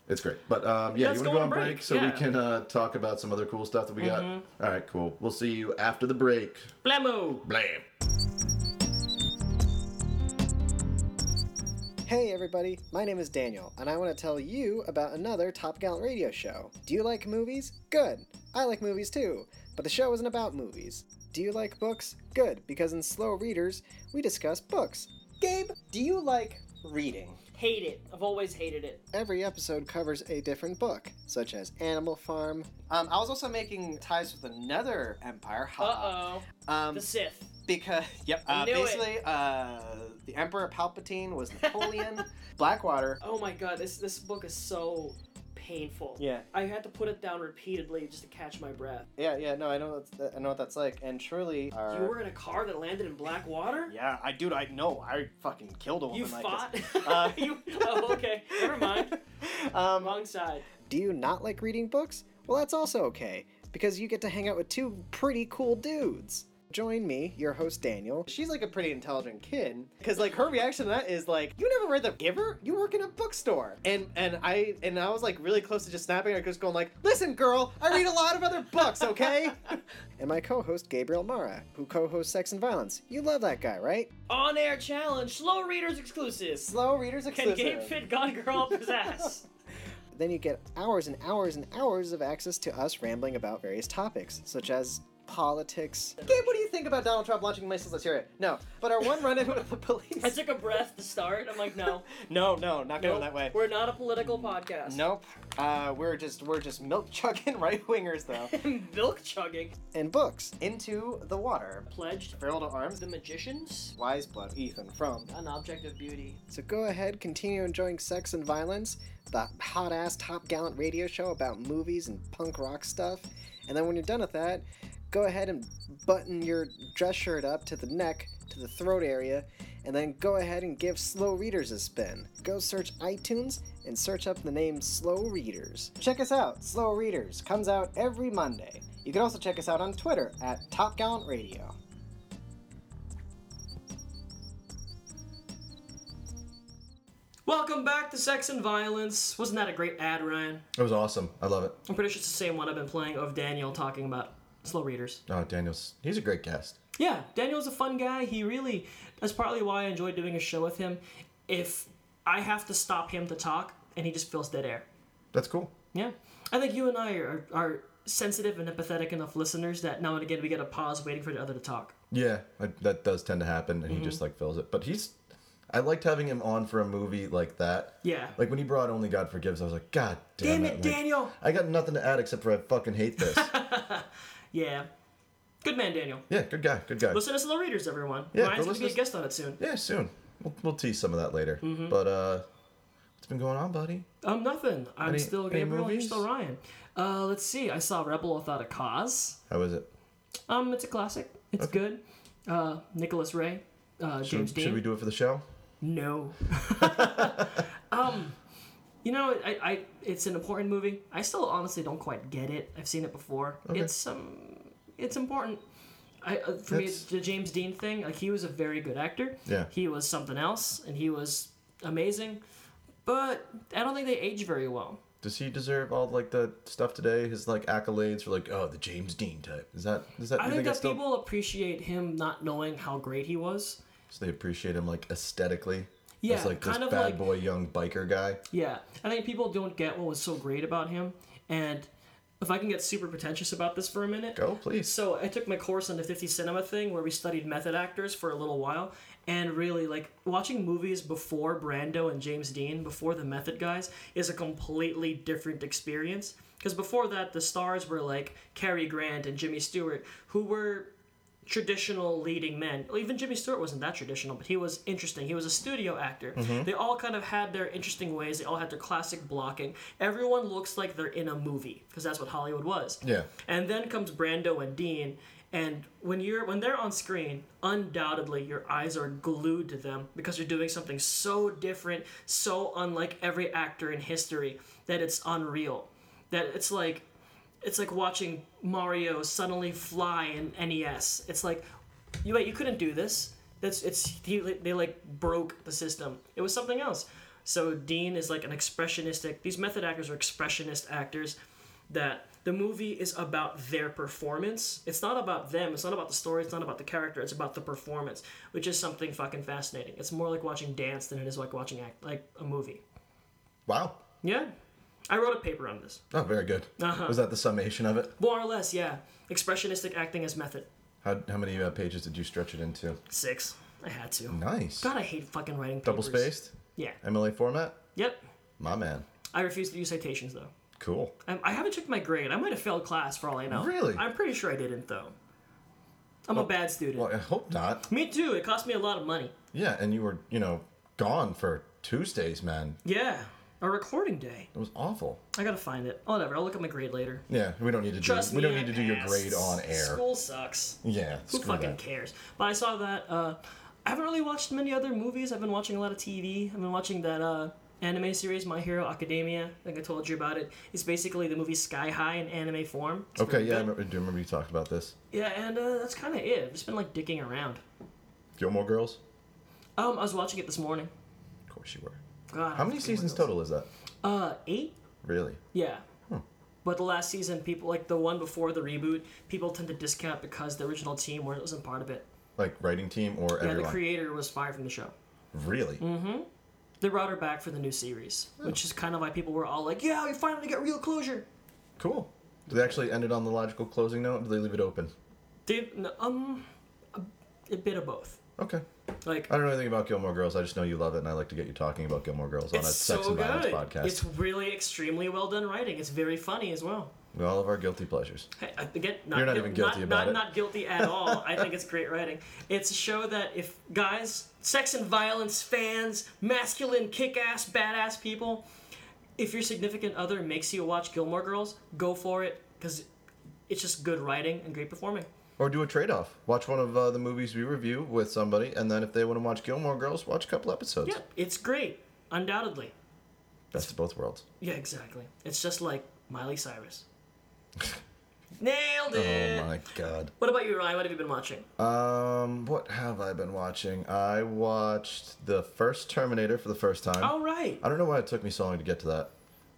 [SPEAKER 1] it's great. But um, yeah,
[SPEAKER 3] Let's
[SPEAKER 1] you want to
[SPEAKER 3] go
[SPEAKER 1] go
[SPEAKER 3] on
[SPEAKER 1] on break,
[SPEAKER 3] break,
[SPEAKER 1] so
[SPEAKER 3] yeah. Mm-hmm.
[SPEAKER 1] we can uh, talk about some other cool stuff that we got. All right, cool. We'll see you after the break.
[SPEAKER 3] Blammo.
[SPEAKER 1] Blam.
[SPEAKER 4] Hey everybody, my name is Daniel, and I want to tell you about another Top Gallant radio show. Do you like movies? Good. I like movies too, but the show isn't about movies. Do you like books? Good, because in Slow Readers, we discuss books. Gabe, do you like reading?
[SPEAKER 3] Hate it. I've always hated it.
[SPEAKER 4] Every episode covers a different book, such as Animal Farm. Um, I was also making ties with another empire.
[SPEAKER 3] Uh oh.
[SPEAKER 4] Um,
[SPEAKER 3] The Sith.
[SPEAKER 4] because yep, uh,
[SPEAKER 3] Knew it.
[SPEAKER 4] basically, uh, the Emperor Palpatine was Napoleon. Blackwater
[SPEAKER 3] Oh my god. This this book is so painful.
[SPEAKER 4] Yeah.
[SPEAKER 3] I had to put it down repeatedly just to catch my breath.
[SPEAKER 4] Yeah, yeah, no, I know that's, I know what that's like. And truly,
[SPEAKER 3] You were in a car that landed in black water.
[SPEAKER 4] yeah, I dude, I know, I fucking killed a woman
[SPEAKER 3] You
[SPEAKER 4] like
[SPEAKER 3] fought.
[SPEAKER 4] Uh,
[SPEAKER 3] you, oh okay. Never mind.
[SPEAKER 4] this. Um,
[SPEAKER 3] Wrong side.
[SPEAKER 4] do you not like reading books? Well, that's also okay because you get to hang out with two pretty cool dudes. Join me, your host Daniel. She's like a pretty intelligent kid, because like her reaction to that is like, "You never read The Giver? You work in a bookstore." And and I and I was like really close to just snapping her, just going like, "Listen, girl, I read a lot of other books, okay?" and my co-host Gabriel Mara, who co-hosts Sex and Violence. You love that guy, right?
[SPEAKER 3] On air challenge. Slow readers exclusive.
[SPEAKER 4] Slow readers
[SPEAKER 3] Can
[SPEAKER 4] exclusive.
[SPEAKER 3] Gabe fit God Girl up his ass?
[SPEAKER 4] Then you get hours and hours and hours of access to us rambling about various topics, such as politics. Gabe, what do you think about Donald Trump launching missiles? Let's hear it. No, but our one run-in with the police.
[SPEAKER 3] I took a breath to start. I'm like, no,
[SPEAKER 4] no, no, not
[SPEAKER 3] no, we're not a political podcast.
[SPEAKER 4] Nope. Uh, we're just we're just milk chugging right wingers though.
[SPEAKER 3] milk chugging.
[SPEAKER 4] and books into the water.
[SPEAKER 3] Pledged.
[SPEAKER 4] Feral to arms.
[SPEAKER 3] The magicians.
[SPEAKER 4] Wise blood. Ethan from.
[SPEAKER 3] An object of beauty.
[SPEAKER 4] So go ahead, continue enjoying Sex and Violence, the hot ass Top Gallant radio show about movies and punk rock stuff. And then when you're done with that, go ahead and button your dress shirt up to the neck, to the throat area, and then go ahead and give Slow Readers a spin. Go search iTunes and search up the name Slow Readers. Check us out, Slow Readers comes out every Monday. You can also check us out on Twitter at Top Gallant Radio.
[SPEAKER 3] Welcome back to Sex and Violence. Wasn't that a great ad, Ryan?
[SPEAKER 1] It was awesome. I love it.
[SPEAKER 3] I'm pretty sure it's the same one I've been playing of Daniel talking about slow readers.
[SPEAKER 1] Oh, Daniel's he's a great guest.
[SPEAKER 3] Yeah, Daniel's a fun guy. He really that's partly why I enjoy doing a show with him. If I have to stop him to talk and he just fills dead air.
[SPEAKER 1] That's cool.
[SPEAKER 3] Yeah. I think you and I are, are sensitive and empathetic enough listeners that now and again we get a pause waiting for the other to talk.
[SPEAKER 1] Yeah, I, that does tend to happen,
[SPEAKER 3] Mm-hmm.
[SPEAKER 1] and he just like fills it. But he's, I liked having him on for a movie like that.
[SPEAKER 3] Yeah.
[SPEAKER 1] Like when he brought Only God Forgives, I was like, God damn,
[SPEAKER 3] Damn it,
[SPEAKER 1] like,
[SPEAKER 3] Daniel!
[SPEAKER 1] I got nothing to add except for I fucking hate this.
[SPEAKER 3] Yeah. Good man, Daniel.
[SPEAKER 1] yeah, good guy, good guy.
[SPEAKER 3] Listen to Slow Readers, everyone.
[SPEAKER 1] Yeah,
[SPEAKER 3] Ryan's
[SPEAKER 1] go
[SPEAKER 3] going to be a
[SPEAKER 1] listen to-
[SPEAKER 3] guest on it soon.
[SPEAKER 1] Yeah, soon. We'll, we'll tease some of that later.
[SPEAKER 3] Mm-hmm.
[SPEAKER 1] But uh, what's been going on, buddy?
[SPEAKER 3] Um, nothing. I'm
[SPEAKER 1] Any-
[SPEAKER 3] still
[SPEAKER 1] any
[SPEAKER 3] Gabriel. You're
[SPEAKER 1] movies?
[SPEAKER 3] still Ryan. Uh, let's see. I saw Rebel Without a Cause.
[SPEAKER 1] How is it?
[SPEAKER 3] Um, it's a classic. It's good. Uh, Nicholas Ray. Uh, James
[SPEAKER 1] Should,
[SPEAKER 3] Dean.
[SPEAKER 1] should we do it for the show?
[SPEAKER 3] No. um, you You know, I, I it's an important movie. I still honestly don't quite get it. I've seen it before. It's um, it's important. I, uh, for me,
[SPEAKER 1] That's-
[SPEAKER 3] it's the James Dean thing. Like he was a very good actor.
[SPEAKER 1] Yeah.
[SPEAKER 3] He was something else, and he was amazing. But I don't think they age very well.
[SPEAKER 1] Does he deserve all like the stuff today? His like accolades for like oh the James Dean type. Is that is that?
[SPEAKER 3] I
[SPEAKER 1] you
[SPEAKER 3] think, that
[SPEAKER 1] it's still,
[SPEAKER 3] people appreciate him not knowing how great he was.
[SPEAKER 1] so they appreciate him like aesthetically.
[SPEAKER 3] Yeah,
[SPEAKER 1] as, like
[SPEAKER 3] kind
[SPEAKER 1] this
[SPEAKER 3] of
[SPEAKER 1] bad
[SPEAKER 3] like-
[SPEAKER 1] boy young biker guy.
[SPEAKER 3] Yeah, I think people don't get what was so great about him. And if I can get super pretentious about this for a minute,
[SPEAKER 1] Go please.
[SPEAKER 3] So I took my course on the 50 Cinema thing where we studied method actors for a little while and really like watching movies before Brando and James Dean, before the method guys, is a completely different experience. Because before that, the stars were like Cary Grant and Jimmy Stewart, who were traditional leading men. Well, Even Jimmy Stewart wasn't that traditional, but he was interesting. He was a studio actor. They all kind of had their interesting ways. They all had their classic blocking. Everyone looks like they're in a movie because that's what Hollywood was.
[SPEAKER 1] Yeah.
[SPEAKER 3] And then comes Brando and Dean, and when you're when they're on screen, undoubtedly your eyes are glued to them because you're doing something so different, so unlike every actor in history that it's unreal. That it's like it's like watching Mario suddenly fly in NES. It's like you wait, you couldn't do this. That's it's he, they like broke the system. It was something else. So Dean is like an expressionistic. These method actors are expressionist actors. That the movie is about their performance. It's not about them. It's not about the story. It's not about the character. It's about the performance, which is something fucking fascinating. It's more like watching dance than it is like watching act like a movie.
[SPEAKER 1] Wow.
[SPEAKER 3] Yeah, I wrote a paper on this,
[SPEAKER 1] Oh, very good.
[SPEAKER 3] Uh-huh.
[SPEAKER 1] Was that the summation of it?
[SPEAKER 3] more or less. Yeah, expressionistic acting as method.
[SPEAKER 1] How, how many uh, pages did you stretch it into?
[SPEAKER 3] Six. I had to.
[SPEAKER 1] Nice.
[SPEAKER 3] God, I hate fucking writing.
[SPEAKER 1] Double
[SPEAKER 3] papers.
[SPEAKER 1] spaced.
[SPEAKER 3] Yeah.
[SPEAKER 1] MLA format.
[SPEAKER 3] Yep.
[SPEAKER 1] My man.
[SPEAKER 3] I refuse to do citations though.
[SPEAKER 1] Cool.
[SPEAKER 3] I, I haven't checked my grade. I might have failed class for all I know.
[SPEAKER 1] Really?
[SPEAKER 3] I'm pretty sure I didn't though. I'm a bad student.
[SPEAKER 1] Well, I hope not.
[SPEAKER 3] Me too. It cost me a lot of money.
[SPEAKER 1] Yeah, and you were you know gone for Tuesdays, man.
[SPEAKER 3] Yeah. A recording day.
[SPEAKER 1] It was awful.
[SPEAKER 3] I gotta find it. Oh, whatever. I'll look at my grade later.
[SPEAKER 1] Yeah, we don't need to
[SPEAKER 3] Trust
[SPEAKER 1] do
[SPEAKER 3] me.
[SPEAKER 1] we don't
[SPEAKER 3] I
[SPEAKER 1] need to do your
[SPEAKER 3] passed.
[SPEAKER 1] grade on air.
[SPEAKER 3] School sucks.
[SPEAKER 1] Yeah,
[SPEAKER 3] Who
[SPEAKER 1] screw
[SPEAKER 3] fucking
[SPEAKER 1] that.
[SPEAKER 3] cares? But I saw that. Uh, I haven't really watched many other movies. I've been watching a lot of TV. I've been watching that uh, anime series, My Hero Academia. I think I told you about it. It's basically the movie Sky High in anime form. It's
[SPEAKER 1] Okay,
[SPEAKER 3] pretty
[SPEAKER 1] yeah, I
[SPEAKER 3] good.
[SPEAKER 1] remember, do remember you talked about this.
[SPEAKER 3] Yeah, and uh, that's kind of it. I've just been like dicking around.
[SPEAKER 1] Gilmore Girls.
[SPEAKER 3] Um, I was watching it this morning.
[SPEAKER 1] Of course you were.
[SPEAKER 3] God,
[SPEAKER 1] How many
[SPEAKER 3] fucking
[SPEAKER 1] seasons
[SPEAKER 3] Wiggles.
[SPEAKER 1] total is that?
[SPEAKER 3] Uh, eight.
[SPEAKER 1] Really?
[SPEAKER 3] Yeah. But the last season, people like the one before the reboot, people tend to discount because the original team wasn't part of it.
[SPEAKER 1] Like writing team or
[SPEAKER 3] Yeah, Mm-hmm.
[SPEAKER 1] everyone?
[SPEAKER 3] the creator was fired from the show.
[SPEAKER 1] really?
[SPEAKER 3] They brought her back for the new series, which is kind of why people were all like, "Yeah, we finally get real closure."
[SPEAKER 1] Cool. Did they actually end it on the logical closing note? Or did they leave it open?
[SPEAKER 3] They, n- um, a, a bit of both.
[SPEAKER 1] Okay.
[SPEAKER 3] Like
[SPEAKER 1] I don't know anything about Gilmore Girls. I just know you love it, and I like to get you talking about Gilmore Girls on a
[SPEAKER 3] it's
[SPEAKER 1] sex
[SPEAKER 3] so
[SPEAKER 1] and violence
[SPEAKER 3] good.
[SPEAKER 1] podcast.
[SPEAKER 3] It's really extremely well done writing. It's very funny as well.
[SPEAKER 1] We all have our guilty pleasures.
[SPEAKER 3] Hey, I- Again, not
[SPEAKER 1] You're not
[SPEAKER 3] guil-
[SPEAKER 1] even guilty
[SPEAKER 3] not,
[SPEAKER 1] about
[SPEAKER 3] not,
[SPEAKER 1] it.
[SPEAKER 3] Not guilty at all. I think it's great writing. It's a show that if guys, sex and violence fans, masculine, kick-ass, badass people, if your significant other makes you watch Gilmore Girls, go for it because it's just good writing and great performing.
[SPEAKER 1] Or do a trade off. Watch one of uh, the movies we review with somebody, and then if they want to watch Gilmore Girls, watch a couple episodes.
[SPEAKER 3] Yeah, it's great, undoubtedly.
[SPEAKER 1] Best of both worlds.
[SPEAKER 3] Yeah, exactly. It's just like Miley Cyrus. Nailed it.
[SPEAKER 1] Oh my god.
[SPEAKER 3] What about you, Ryan? What have you been watching?
[SPEAKER 1] Um, what have I been watching? I watched the first Terminator for the first time.
[SPEAKER 3] all right.
[SPEAKER 1] I don't know why it took me so long to get to that.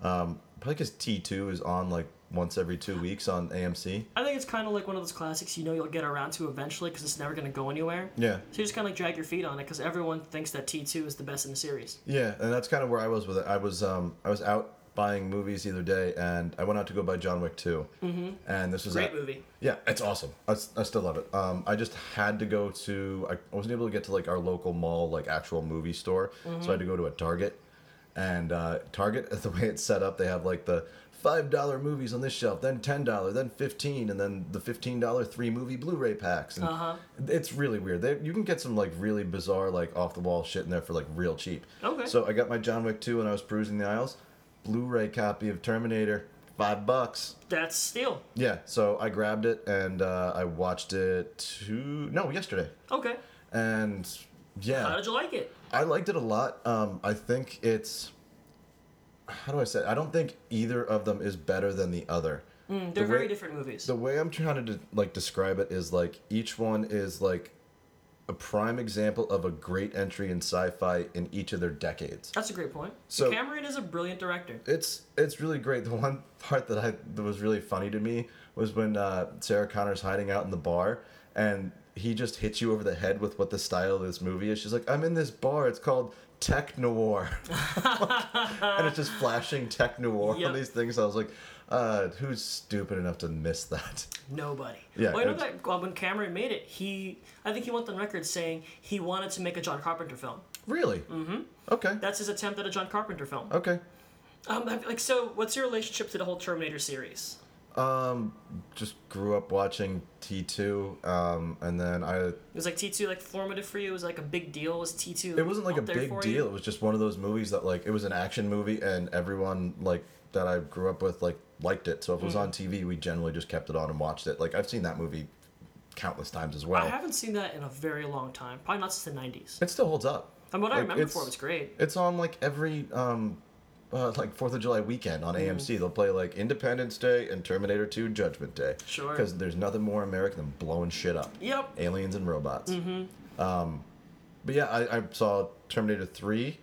[SPEAKER 1] Um, probably because T2 is on like once every two weeks on AMC.
[SPEAKER 3] I think it's kind of like one of those classics you know you'll get around to eventually because it's never going to go anywhere.
[SPEAKER 1] Yeah.
[SPEAKER 3] So you just kind of like drag your feet on it because everyone thinks that T2 is the best in the series.
[SPEAKER 1] Yeah, and that's kind of where I was with it. I was um, I was out buying movies the other day, and I went out to go buy John Wick 2. Mm-hmm. And this was
[SPEAKER 3] Great
[SPEAKER 1] at-
[SPEAKER 3] movie.
[SPEAKER 1] Yeah, it's awesome. I, s- I still love it. Um, I just had to go to. I I wasn't able to get to like our local mall, like actual movie store, so I had to go to a Target. And uh, Target, the way it's set up, they have like the five dollar movies on this shelf, then ten dollar, then fifteen, and then the fifteen dollar three movie Blu-ray packs. And
[SPEAKER 3] Uh-huh.
[SPEAKER 1] It's really weird. They, you can get some like really bizarre, like off the wall shit in there for like real cheap.
[SPEAKER 3] Okay.
[SPEAKER 1] So I got my John Wick two, and I was perusing the aisles. Blu-ray copy of Terminator, five bucks.
[SPEAKER 3] That's Steel.
[SPEAKER 1] Yeah, so I grabbed it and uh, I watched it two no yesterday,
[SPEAKER 3] Okay.
[SPEAKER 1] and
[SPEAKER 3] How
[SPEAKER 1] yeah,
[SPEAKER 3] did you like it?
[SPEAKER 1] I liked it a lot. Um, I think it's how do I say? It? I don't think either of them is better than the other.
[SPEAKER 3] They're
[SPEAKER 1] way-
[SPEAKER 3] very different movies.
[SPEAKER 1] The way I'm trying to de- like describe it is like each one is like a prime example of a great entry in sci-fi in each of their decades.
[SPEAKER 3] That's a great point.
[SPEAKER 1] So-
[SPEAKER 3] Cameron is a brilliant director.
[SPEAKER 1] It's it's really great. The one part that I that was really funny to me was when uh, Sarah Connor's hiding out in the bar and he just hits you over the head with what the style of this movie is. She's like, "I'm in this bar. It's called Tech Noir," and it's just flashing Tech Noir
[SPEAKER 3] Yep.
[SPEAKER 1] on these things. I was like, uh, "Who's stupid enough to miss that?"
[SPEAKER 3] Nobody.
[SPEAKER 1] Yeah,
[SPEAKER 3] Well, you know
[SPEAKER 1] it's-
[SPEAKER 3] that well, when Cameron made it, he I think he went on record saying he wanted to make a John Carpenter film.
[SPEAKER 1] Really? Mm-hmm. Okay.
[SPEAKER 3] That's his attempt at a John Carpenter film.
[SPEAKER 1] Okay.
[SPEAKER 3] Um, I- like so, what's your relationship to the whole Terminator series?
[SPEAKER 1] Just grew up watching T2, um, and then I.
[SPEAKER 3] It was like T two like formative for you. It was like a big deal. Was T two?
[SPEAKER 1] It wasn't like a big deal. It was just one of those movies that like it was an action movie, and everyone like that I grew up with like liked it. So if it
[SPEAKER 3] Mm.
[SPEAKER 1] was on TV, we generally just kept it on and watched it. Like I've seen that movie countless times as
[SPEAKER 3] I
[SPEAKER 1] well.
[SPEAKER 3] haven't seen that in a very long time. Probably not since the nineties.
[SPEAKER 1] It still holds up.
[SPEAKER 3] And what I
[SPEAKER 1] Like,
[SPEAKER 3] remember
[SPEAKER 1] it's-
[SPEAKER 3] for it was great.
[SPEAKER 1] It's on like every um, uh, like Fourth of July weekend on
[SPEAKER 3] Mm.
[SPEAKER 1] AMC. They'll play like Independence Day and Terminator Two: Judgment Day.
[SPEAKER 3] Sure.
[SPEAKER 1] Because there's nothing more American than blowing shit up.
[SPEAKER 3] Yep.
[SPEAKER 1] Aliens and robots. Mm-hmm. Um, but yeah, I, I saw Terminator Three.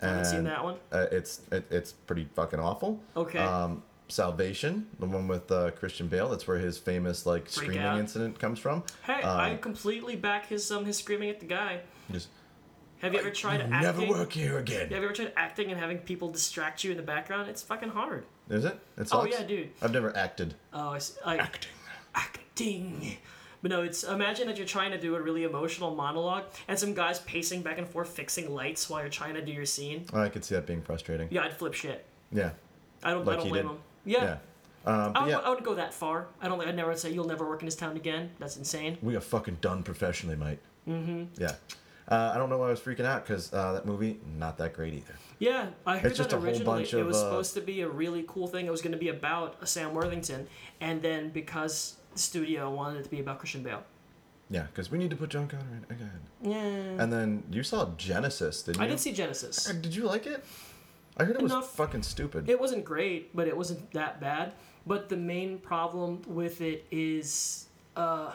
[SPEAKER 1] And,
[SPEAKER 3] haven't seen that one.
[SPEAKER 1] Uh, it's it, it's pretty fucking awful.
[SPEAKER 3] Okay.
[SPEAKER 1] Um, Salvation, the one with uh, Christian Bale. That's where his famous like screaming
[SPEAKER 3] out.
[SPEAKER 1] incident comes from.
[SPEAKER 3] Hey,
[SPEAKER 1] Um,
[SPEAKER 3] I completely back his um his screaming at the guy.
[SPEAKER 1] just,
[SPEAKER 3] Have you ever tried
[SPEAKER 1] "You'll
[SPEAKER 3] acting?
[SPEAKER 1] never work here again.
[SPEAKER 3] Have you ever tried acting and having people distract you in the background? It's fucking hard.
[SPEAKER 1] Is it? It
[SPEAKER 3] Oh,
[SPEAKER 1] sucks?
[SPEAKER 3] yeah, dude.
[SPEAKER 1] I've never acted.
[SPEAKER 3] Oh, I s- I- acting. But no, it's imagine that you're trying to do a really emotional monologue and some guy's pacing back and forth fixing lights while you're trying to do your scene.
[SPEAKER 1] I could see that being frustrating.
[SPEAKER 3] Yeah, I'd flip shit.
[SPEAKER 1] Yeah.
[SPEAKER 3] I don't.
[SPEAKER 1] Like
[SPEAKER 3] I don't
[SPEAKER 1] he
[SPEAKER 3] blame
[SPEAKER 1] did.
[SPEAKER 3] him. Yeah.
[SPEAKER 1] Yeah. Um,
[SPEAKER 3] I,
[SPEAKER 1] but
[SPEAKER 3] would,
[SPEAKER 1] yeah,
[SPEAKER 3] I would go that far. I don't. think I'd never say you'll never work in this town again. That's insane.
[SPEAKER 1] we are fucking done professionally, mate. Mm-hmm. Yeah. Uh, I don't know why I was freaking out because uh, that movie not that great either.
[SPEAKER 3] Yeah, I heard
[SPEAKER 1] It's just
[SPEAKER 3] that
[SPEAKER 1] a whole
[SPEAKER 3] originally
[SPEAKER 1] bunch
[SPEAKER 3] it
[SPEAKER 1] of,
[SPEAKER 3] was
[SPEAKER 1] uh,
[SPEAKER 3] supposed to be a really cool thing. It was going to be about Sam Worthington, and then because the studio wanted it to be about Christian Bale.
[SPEAKER 1] Yeah, because we need to put John Connor in again.
[SPEAKER 3] Yeah.
[SPEAKER 1] And then you saw Genesis, didn't you?
[SPEAKER 3] I did see Genesis.
[SPEAKER 1] Uh, Did you like it? I heard it was
[SPEAKER 3] Enough.
[SPEAKER 1] fucking stupid.
[SPEAKER 3] It wasn't great, but it wasn't that bad. But the main problem with it is, uh,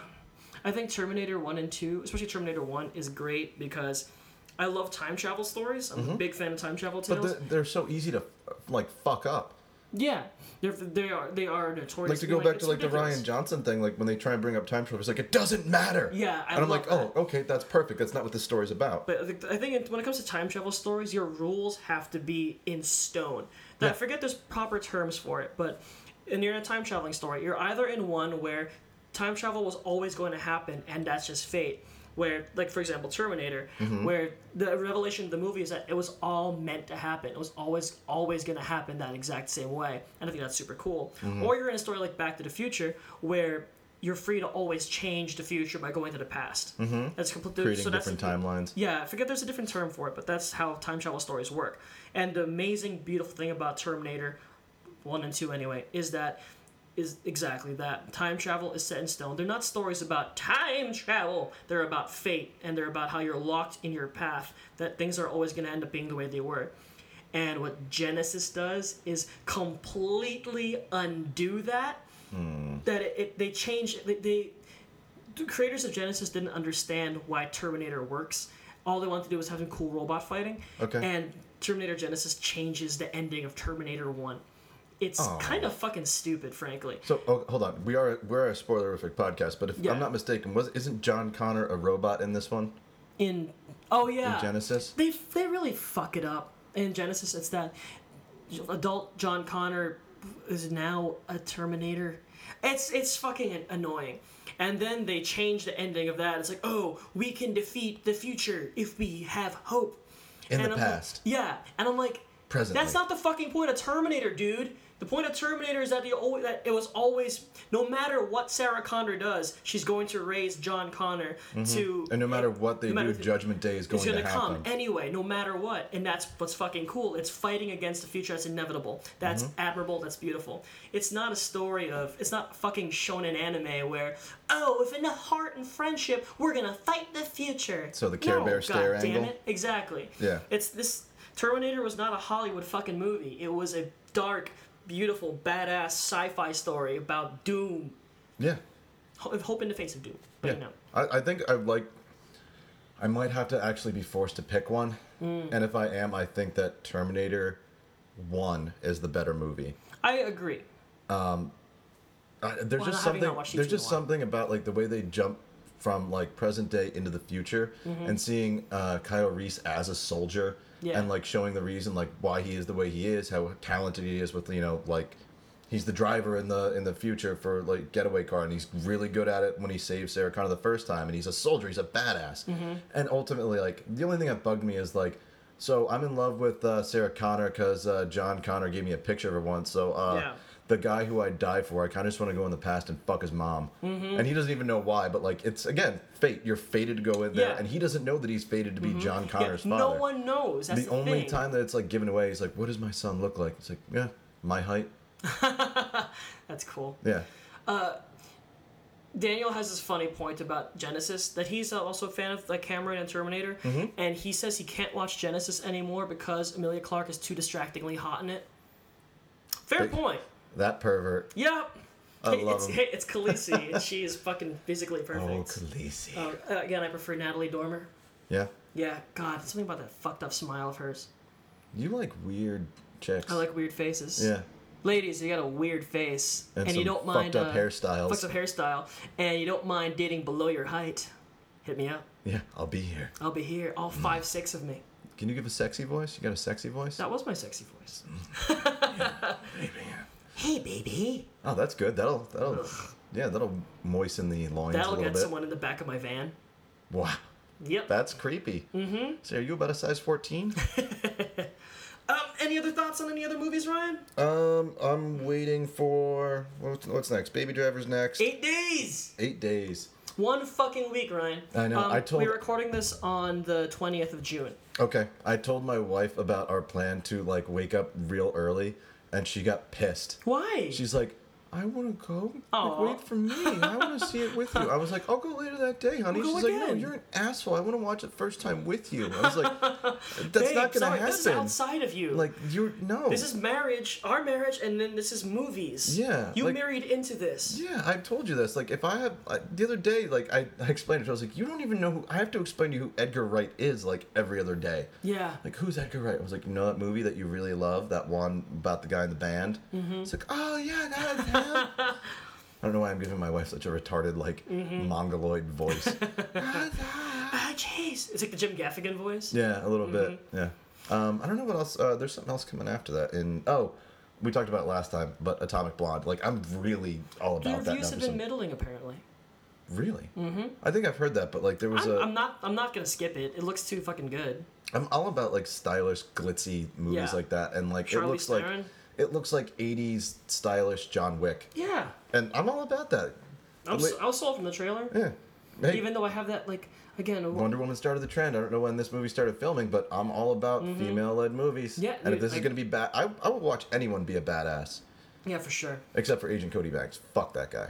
[SPEAKER 3] I think Terminator One and Two, especially Terminator One, is great because I love time travel stories. I'm a big fan of time travel
[SPEAKER 1] Mm-hmm. but
[SPEAKER 3] tales.
[SPEAKER 1] the, they're so easy to uh, like fuck up.
[SPEAKER 3] yeah, they're they are they are notorious.
[SPEAKER 1] Like to go
[SPEAKER 3] being
[SPEAKER 1] back
[SPEAKER 3] it's
[SPEAKER 1] to like
[SPEAKER 3] ridiculous.
[SPEAKER 1] the Ryan Johnson thing, like when they try and bring up time travel, it's like it doesn't matter.
[SPEAKER 3] Yeah, I
[SPEAKER 1] and I'm
[SPEAKER 3] love
[SPEAKER 1] like, oh, okay, that's perfect. That's not what this story's about.
[SPEAKER 3] But I think- I think it- when it comes to time travel stories, your rules have to be in stone. Now, I
[SPEAKER 1] Yeah.
[SPEAKER 3] forget there's proper terms for it, but in your time traveling story, you're either in one where time travel was always going to happen and that's just fate. Where, like for example, Terminator,
[SPEAKER 1] Mm-hmm.
[SPEAKER 3] where the revelation of the movie is that it was all meant to happen. It was always always going to happen that exact same way, and I think that's super cool.
[SPEAKER 1] Mm-hmm.
[SPEAKER 3] Or you're in a story like Back to the Future, where you're free to always change the future by going to the past. Mm-hmm. That's completely
[SPEAKER 1] creating
[SPEAKER 3] so that's
[SPEAKER 1] different
[SPEAKER 3] the-
[SPEAKER 1] timelines.
[SPEAKER 3] yeah, I forget there's a different term for it, but that's how time travel stories work. And the amazing, beautiful thing about Terminator 1 and 2, anyway, is that is exactly that. Time travel is set in stone. They're not stories about time travel, they're about fate, and they're about how you're locked in your path, that things are always going to end up being the way they were. And what Genesis does is completely undo that. That it, it, they change, they, they the creators of Genesis didn't understand why Terminator works. All they wanted to do was have some cool robot fighting.
[SPEAKER 1] Okay.
[SPEAKER 3] And Terminator Genesis changes the ending of Terminator One. It's kind of fucking stupid, frankly.
[SPEAKER 1] So oh, hold on, we are we're a spoilerific podcast, but if
[SPEAKER 3] Yeah.
[SPEAKER 1] I'm not mistaken, was isn't John Connor a robot in this one?
[SPEAKER 3] In oh yeah,
[SPEAKER 1] Genesis.
[SPEAKER 3] they they really fuck it up in Genesis. It's that adult John Connor is now a Terminator. It's it's fucking annoying. And then they change the ending of that. It's like, oh, we can defeat the future if we have hope.
[SPEAKER 1] In
[SPEAKER 3] And
[SPEAKER 1] the
[SPEAKER 3] I'm like-
[SPEAKER 1] past.
[SPEAKER 3] yeah, and I'm like,
[SPEAKER 1] Presently.
[SPEAKER 3] That's not the fucking point of Terminator, dude. The point of Terminator is that the always, that it was always no matter what Sarah Connor does, she's going to raise John Connor to
[SPEAKER 1] Mm-hmm. And no matter what they
[SPEAKER 3] no matter
[SPEAKER 1] do,
[SPEAKER 3] if-
[SPEAKER 1] Judgment Day is going
[SPEAKER 3] it's
[SPEAKER 1] to
[SPEAKER 3] gonna
[SPEAKER 1] happen.
[SPEAKER 3] come anyway, no matter what, and that's what's fucking cool. It's fighting against the future that's inevitable. That's
[SPEAKER 1] Mm-hmm.
[SPEAKER 3] admirable. That's beautiful. It's not a story of. It's not fucking shonen anime where oh, with enough heart and friendship, we're gonna fight the future.
[SPEAKER 1] So the Care Bear stare
[SPEAKER 3] God damn
[SPEAKER 1] angle?
[SPEAKER 3] it, exactly.
[SPEAKER 1] Yeah.
[SPEAKER 3] It's this Terminator was not a Hollywood fucking movie. It was a dark, beautiful, badass sci-fi story about doom,
[SPEAKER 1] Yeah.
[SPEAKER 3] ho- hope in the face of doom. But
[SPEAKER 1] Yeah.
[SPEAKER 3] you know,
[SPEAKER 1] I, I think I like. I might have to actually be forced to pick one,
[SPEAKER 3] Mm.
[SPEAKER 1] and if I am, I think that Terminator One is the better movie.
[SPEAKER 3] I agree.
[SPEAKER 1] Uh, there's
[SPEAKER 3] Well,
[SPEAKER 1] just
[SPEAKER 3] having not
[SPEAKER 1] something.
[SPEAKER 3] watched
[SPEAKER 1] There's
[SPEAKER 3] YouTube
[SPEAKER 1] just
[SPEAKER 3] in a while.
[SPEAKER 1] something about like the way they jump from like present day into the future, and seeing uh, Kyle Reese as a soldier,
[SPEAKER 3] Mm-hmm. Yeah.
[SPEAKER 1] and like showing the reason like why he is the way he is, how talented he is with you know like he's the driver in the in the future for like getaway car, and he's really good at it when he saves Sarah Connor the first time, and he's a soldier, he's a badass,
[SPEAKER 3] Mm-hmm.
[SPEAKER 1] and ultimately like the only thing that bugged me is like. So I'm in love with uh, Sarah Connor because uh, John Connor gave me a picture of her once. So uh,
[SPEAKER 3] Yeah.
[SPEAKER 1] the guy who I die for, I kind of just want to go in the past and fuck his mom.
[SPEAKER 3] Mm-hmm.
[SPEAKER 1] And he doesn't even know why, but like it's again fate. You're fated to go in there,
[SPEAKER 3] Yeah. Mm-hmm.
[SPEAKER 1] and he doesn't know that he's fated to be John
[SPEAKER 3] Yeah,
[SPEAKER 1] Connor's
[SPEAKER 3] no
[SPEAKER 1] father.
[SPEAKER 3] one knows. That's
[SPEAKER 1] the,
[SPEAKER 3] the,
[SPEAKER 1] only
[SPEAKER 3] thing.
[SPEAKER 1] time that it's like given away, he's like, "What does my son look like?" It's like, yeah, my height.
[SPEAKER 3] That's cool.
[SPEAKER 1] Yeah,
[SPEAKER 3] Daniel has this funny point about Genesis that he's also a fan of like Cameron and Terminator,
[SPEAKER 1] Mm-hmm.
[SPEAKER 3] and he says he can't watch Genesis anymore because Amelia Clark is too distractingly hot in it. Fair
[SPEAKER 1] Like-
[SPEAKER 3] point.
[SPEAKER 1] that pervert.
[SPEAKER 3] Yep.
[SPEAKER 1] I love
[SPEAKER 3] it's
[SPEAKER 1] him.
[SPEAKER 3] hey, it's Khaleesi, and she is fucking physically
[SPEAKER 1] Oh,
[SPEAKER 3] perfect.
[SPEAKER 1] Khaleesi.
[SPEAKER 3] Uh, again, I prefer Natalie Dormer.
[SPEAKER 1] yeah,
[SPEAKER 3] Yeah, God, something about that fucked up smile of hers.
[SPEAKER 1] you like weird chicks.
[SPEAKER 3] I like weird faces.
[SPEAKER 1] Yeah,
[SPEAKER 3] Ladies, you got a weird face,
[SPEAKER 1] And
[SPEAKER 3] and, you
[SPEAKER 1] some
[SPEAKER 3] don't mind
[SPEAKER 1] fucked up
[SPEAKER 3] uh,
[SPEAKER 1] hairstyles.
[SPEAKER 3] fucked up hairstyle, and you don't mind dating below your height. Hit me up.
[SPEAKER 1] yeah. I'll be here.
[SPEAKER 3] I'll be here. All five, six of me.
[SPEAKER 1] Can you give a sexy voice? You got a sexy voice?
[SPEAKER 3] That was my sexy voice.
[SPEAKER 1] Maybe.
[SPEAKER 3] Hey, baby.
[SPEAKER 1] Oh, that's good. That'll that'll yeah that'll moisten the loins a
[SPEAKER 3] That'll
[SPEAKER 1] little
[SPEAKER 3] get
[SPEAKER 1] bit.
[SPEAKER 3] someone in the back of my van.
[SPEAKER 1] Wow.
[SPEAKER 3] Yep.
[SPEAKER 1] That's creepy. Mm-hmm. So are you about a size 14?
[SPEAKER 3] um, any other thoughts on any other movies, Ryan?
[SPEAKER 1] um, I'm waiting for what's, what's next? Baby Driver's next.
[SPEAKER 3] Eight days.
[SPEAKER 1] Eight days.
[SPEAKER 3] One fucking week, Ryan.
[SPEAKER 1] I know,
[SPEAKER 3] Um,
[SPEAKER 1] I told-
[SPEAKER 3] We're recording this on the twentieth of June.
[SPEAKER 1] Okay. I told my wife about our plan to like wake up real early, and she got pissed.
[SPEAKER 3] Why?
[SPEAKER 1] She's like, I want to go. Like,
[SPEAKER 3] Aw.
[SPEAKER 1] wait for me. I want to see it with you. I was like, I'll go later that day, honey.
[SPEAKER 3] We'll go
[SPEAKER 1] She's like, No,
[SPEAKER 3] again."
[SPEAKER 1] you're an asshole. I want to watch it first time with you. I was like, That's
[SPEAKER 3] Babe,
[SPEAKER 1] not gonna
[SPEAKER 3] sorry,
[SPEAKER 1] happen.
[SPEAKER 3] This is outside of you.
[SPEAKER 1] Like you're no.
[SPEAKER 3] This is marriage, our marriage, and then this is movies.
[SPEAKER 1] Yeah,
[SPEAKER 3] You
[SPEAKER 1] like-
[SPEAKER 3] married into this.
[SPEAKER 1] Yeah, I've told you this. Like, if I have I, the other day, like I, I explained it, to her, I was like, you don't even know who. I have to explain to you who Edgar Wright is. Like every other day.
[SPEAKER 3] Yeah.
[SPEAKER 1] Like who's Edgar Wright? I was like, you know that movie that you really love, that one about the guy in the band.
[SPEAKER 3] Mm-hmm.
[SPEAKER 1] It's like, oh yeah, that is him. I don't know why I'm giving my wife such a retarded like
[SPEAKER 3] Mm-hmm.
[SPEAKER 1] mongoloid voice.
[SPEAKER 3] Ah, jeez. It's like the Jim Gaffigan voice.
[SPEAKER 1] yeah, a little bit.
[SPEAKER 3] Mm-hmm.
[SPEAKER 1] Yeah. Um, I don't know what else. Uh, there's something else coming after that. In oh, we talked about it last time, but Atomic Blonde. Like I'm really all
[SPEAKER 3] The
[SPEAKER 1] about that. now for
[SPEAKER 3] reviews have been
[SPEAKER 1] some-
[SPEAKER 3] middling, apparently.
[SPEAKER 1] Really? Mm-hmm. I think I've heard that, but like there was
[SPEAKER 3] I'm,
[SPEAKER 1] a.
[SPEAKER 3] I'm not. I'm not gonna skip it. It looks too fucking good.
[SPEAKER 1] I'm all about like stylish, glitzy movies
[SPEAKER 3] Yeah.
[SPEAKER 1] like that, and like
[SPEAKER 3] Charlize
[SPEAKER 1] it looks like
[SPEAKER 3] Theron.
[SPEAKER 1] it looks like '80s stylish John Wick,
[SPEAKER 3] Yeah.
[SPEAKER 1] and I'm all about that.
[SPEAKER 3] I'm.
[SPEAKER 1] Wait.
[SPEAKER 3] So, I was sold from the trailer.
[SPEAKER 1] Yeah. Hey,
[SPEAKER 3] Even though I have that, like, again, a-
[SPEAKER 1] Wonder Woman started the trend. I don't know when this movie started filming, but I'm all about female-led movies.
[SPEAKER 3] Mm-hmm. Yeah,
[SPEAKER 1] and if
[SPEAKER 3] dude,
[SPEAKER 1] this is
[SPEAKER 3] like-
[SPEAKER 1] gonna be bad, I I would watch anyone be a badass,
[SPEAKER 3] yeah, for sure.
[SPEAKER 1] except for Agent Cody Banks. Fuck that guy.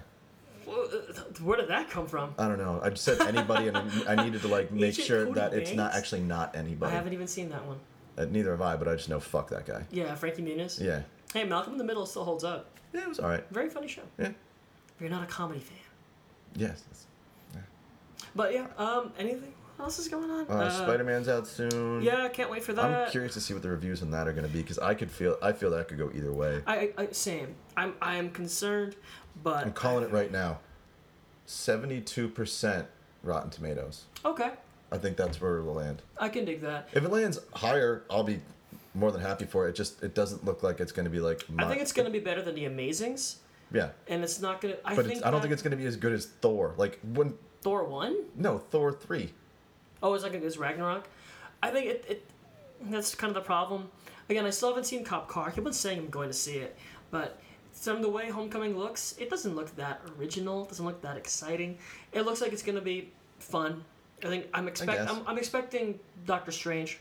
[SPEAKER 3] Well, uh, th- Where did that come from?
[SPEAKER 1] I don't know. I just said anybody, and I I needed to like make
[SPEAKER 3] Agent
[SPEAKER 1] sure
[SPEAKER 3] Cody
[SPEAKER 1] that it's not
[SPEAKER 3] Banks?
[SPEAKER 1] actually not
[SPEAKER 3] I
[SPEAKER 1] anybody.
[SPEAKER 3] haven't even seen that one.
[SPEAKER 1] Uh, neither have I, but I just know fuck that guy.
[SPEAKER 3] Yeah, Frankie Muniz.
[SPEAKER 1] Yeah.
[SPEAKER 3] Hey, Malcolm in the Middle still holds up.
[SPEAKER 1] Yeah, it was all right.
[SPEAKER 3] Very funny show.
[SPEAKER 1] Yeah.
[SPEAKER 3] If you're not a comedy fan,
[SPEAKER 1] Yes. it's-
[SPEAKER 3] but yeah. Um, anything else is going on?
[SPEAKER 1] Uh, Spider Man's out soon.
[SPEAKER 3] Yeah, uh, can't wait for that.
[SPEAKER 1] I'm curious to see what the reviews on that are going to be because I could feel I feel that could go either way.
[SPEAKER 3] I, I I- same. I'm I am concerned, but
[SPEAKER 1] I'm calling it right now. Seventy-two percent Rotten Tomatoes.
[SPEAKER 3] okay.
[SPEAKER 1] I think that's where it'll land.
[SPEAKER 3] I can dig that.
[SPEAKER 1] If it lands higher, I'll be more than happy for it. It just it doesn't look like it's going to be like.
[SPEAKER 3] I
[SPEAKER 1] my-
[SPEAKER 3] think it's gonna be better than The Amazings,
[SPEAKER 1] Yeah,
[SPEAKER 3] and it's not gonna. I
[SPEAKER 1] but
[SPEAKER 3] think
[SPEAKER 1] it's, I don't think
[SPEAKER 3] that
[SPEAKER 1] it's going to be as good as Thor. Like when
[SPEAKER 3] Thor one.
[SPEAKER 1] no Thor three.
[SPEAKER 3] Oh, it's like it's Ragnarok. I think it, it that's kind of the problem. Again, I still haven't seen Cop Car. I keep on saying I'm going to see it, but from the way Homecoming looks, it doesn't look that original. It doesn't look that exciting. It looks like it's going to be fun. I think I'm expect
[SPEAKER 1] guess.
[SPEAKER 3] I'm, I'm expecting Doctor Strange,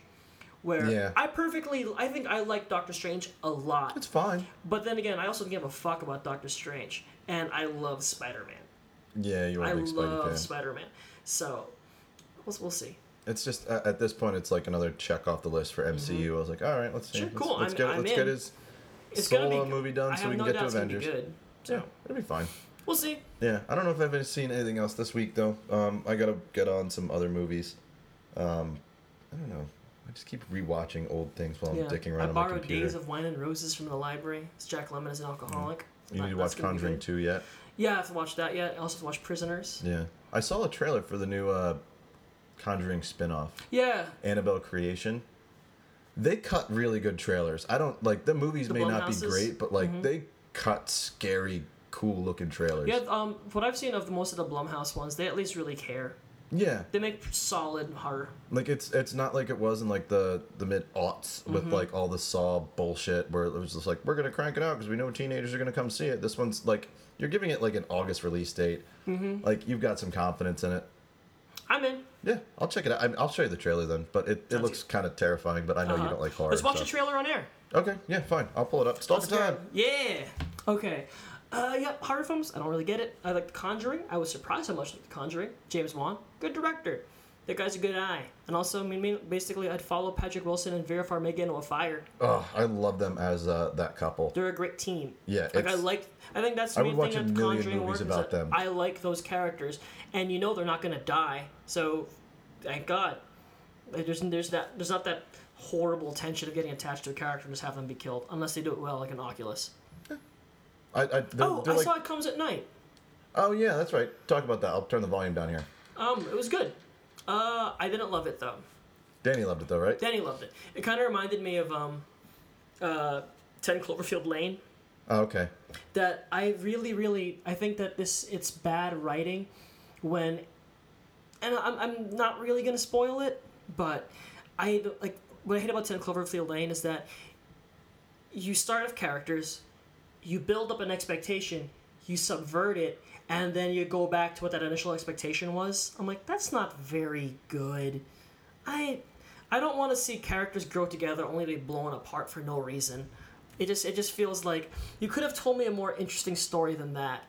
[SPEAKER 3] where
[SPEAKER 1] Yeah.
[SPEAKER 3] I perfectly I think I like Doctor Strange a lot,
[SPEAKER 1] It's fine.
[SPEAKER 3] but then again, I also don't give a fuck about Doctor Strange, and I love Spider Man.
[SPEAKER 1] Yeah, you are
[SPEAKER 3] I
[SPEAKER 1] a big Spidey
[SPEAKER 3] love
[SPEAKER 1] fan.
[SPEAKER 3] Spider Man. So we'll, we'll see.
[SPEAKER 1] It's just at, at this point, it's like another check off the list for MCU. I was like, all right, let's see.
[SPEAKER 3] Mm-hmm. Sure,
[SPEAKER 1] let's,
[SPEAKER 3] cool,
[SPEAKER 1] Let's
[SPEAKER 3] I'm-
[SPEAKER 1] get
[SPEAKER 3] I'm
[SPEAKER 1] let's get
[SPEAKER 3] in.
[SPEAKER 1] his
[SPEAKER 3] It's gonna
[SPEAKER 1] solo
[SPEAKER 3] be
[SPEAKER 1] movie done
[SPEAKER 3] I
[SPEAKER 1] so
[SPEAKER 3] have
[SPEAKER 1] we can
[SPEAKER 3] no
[SPEAKER 1] get
[SPEAKER 3] doubt
[SPEAKER 1] to
[SPEAKER 3] it's gonna be
[SPEAKER 1] Avengers.
[SPEAKER 3] good. So
[SPEAKER 1] Yeah, it'll be fine.
[SPEAKER 3] we'll see.
[SPEAKER 1] Yeah, I don't know if I've seen anything else this week though. Um, I gotta get on some other movies. Um, I don't know. I just keep rewatching old things while I'm
[SPEAKER 3] Yeah.
[SPEAKER 1] dicking
[SPEAKER 3] I
[SPEAKER 1] around on my
[SPEAKER 3] borrowed
[SPEAKER 1] computer.
[SPEAKER 3] Days of Wine and Roses from the library. It's Jack Lemmon is an alcoholic.
[SPEAKER 1] Mm-hmm. you
[SPEAKER 3] That-
[SPEAKER 1] need to
[SPEAKER 3] that's
[SPEAKER 1] watch
[SPEAKER 3] gonna be
[SPEAKER 1] Conjuring
[SPEAKER 3] good.
[SPEAKER 1] two yet?
[SPEAKER 3] Yeah, I haven't watched that yet. I also have to watch Prisoners.
[SPEAKER 1] Yeah, I saw a trailer for the new uh, Conjuring spin-off.
[SPEAKER 3] Yeah,
[SPEAKER 1] Annabelle Creation. They cut really good trailers. I don't like the movies may not be
[SPEAKER 3] Blumhouses? Mm-hmm.
[SPEAKER 1] great, but like they cut scary, cool looking trailers.
[SPEAKER 3] yeah. Um, what I've seen of most of the Blumhouse ones, they at least really care.
[SPEAKER 1] Yeah.
[SPEAKER 3] They make solid horror.
[SPEAKER 1] Like it's it's not like it was in like the the mid aughts
[SPEAKER 3] Mm-hmm.
[SPEAKER 1] with like all the Saw bullshit where it was just like we're gonna crank it out because we know teenagers are gonna come see it. This one's like you're giving it like an August release date.
[SPEAKER 3] Mm-hmm.
[SPEAKER 1] Like you've got some confidence in it.
[SPEAKER 3] I'm in.
[SPEAKER 1] Yeah, I'll check it out. I I'll show you the trailer then, but it, it
[SPEAKER 3] Sounds
[SPEAKER 1] looks kind of terrifying. But I know
[SPEAKER 3] Uh-huh.
[SPEAKER 1] you don't like horror.
[SPEAKER 3] Let's watch
[SPEAKER 1] so-
[SPEAKER 3] a trailer on air.
[SPEAKER 1] Okay, yeah, fine. I'll pull it up. Stop
[SPEAKER 3] Let's
[SPEAKER 1] the time.
[SPEAKER 3] go. Yeah. Okay. Uh, yeah, horror films. I don't really get it. I like The Conjuring. I was surprised how much I like The Conjuring. James Wan, good director. That guy's a good eye. And also, I mean, me- basically, I'd follow Patrick Wilson and Vera Farmiga into a fire.
[SPEAKER 1] Oh, I love them as uh, that couple.
[SPEAKER 3] They're a great team.
[SPEAKER 1] Yeah,
[SPEAKER 3] Like I
[SPEAKER 1] it's-
[SPEAKER 3] like. I think that's the
[SPEAKER 1] I
[SPEAKER 3] main
[SPEAKER 1] would watch
[SPEAKER 3] thing
[SPEAKER 1] a
[SPEAKER 3] with
[SPEAKER 1] million
[SPEAKER 3] Conjuring
[SPEAKER 1] movies
[SPEAKER 3] works is
[SPEAKER 1] about
[SPEAKER 3] that
[SPEAKER 1] them.
[SPEAKER 3] I like those characters, and you know they're not gonna die. So, thank God. Like, There's there's that there's not that horrible tension of getting attached to a character and just have them be killed unless they do it well, like an Oculus.
[SPEAKER 1] I, I, they're,
[SPEAKER 3] Oh,
[SPEAKER 1] they're
[SPEAKER 3] I
[SPEAKER 1] like,
[SPEAKER 3] saw it comes at night.
[SPEAKER 1] oh yeah, that's right. Talk about that. I'll turn the volume down here.
[SPEAKER 3] Um, it was good. Uh, I didn't love it though.
[SPEAKER 1] Danny loved it though, right?
[SPEAKER 3] Danny loved it. It kind of reminded me of um, uh, Ten Cloverfield Lane.
[SPEAKER 1] Oh, okay.
[SPEAKER 3] That I really, really, I think that this it's bad writing when, and I'm, I'm not really gonna spoil it, but I don't- like what I hate about Ten Cloverfield Lane is that you start with characters, you build up an expectation, you subvert it, and then you go back to what that initial expectation was. I'm like, that's not very good. I I don't want to see characters grow together only to be blown apart for no reason. It just it just feels like you could have told me a more interesting story than that.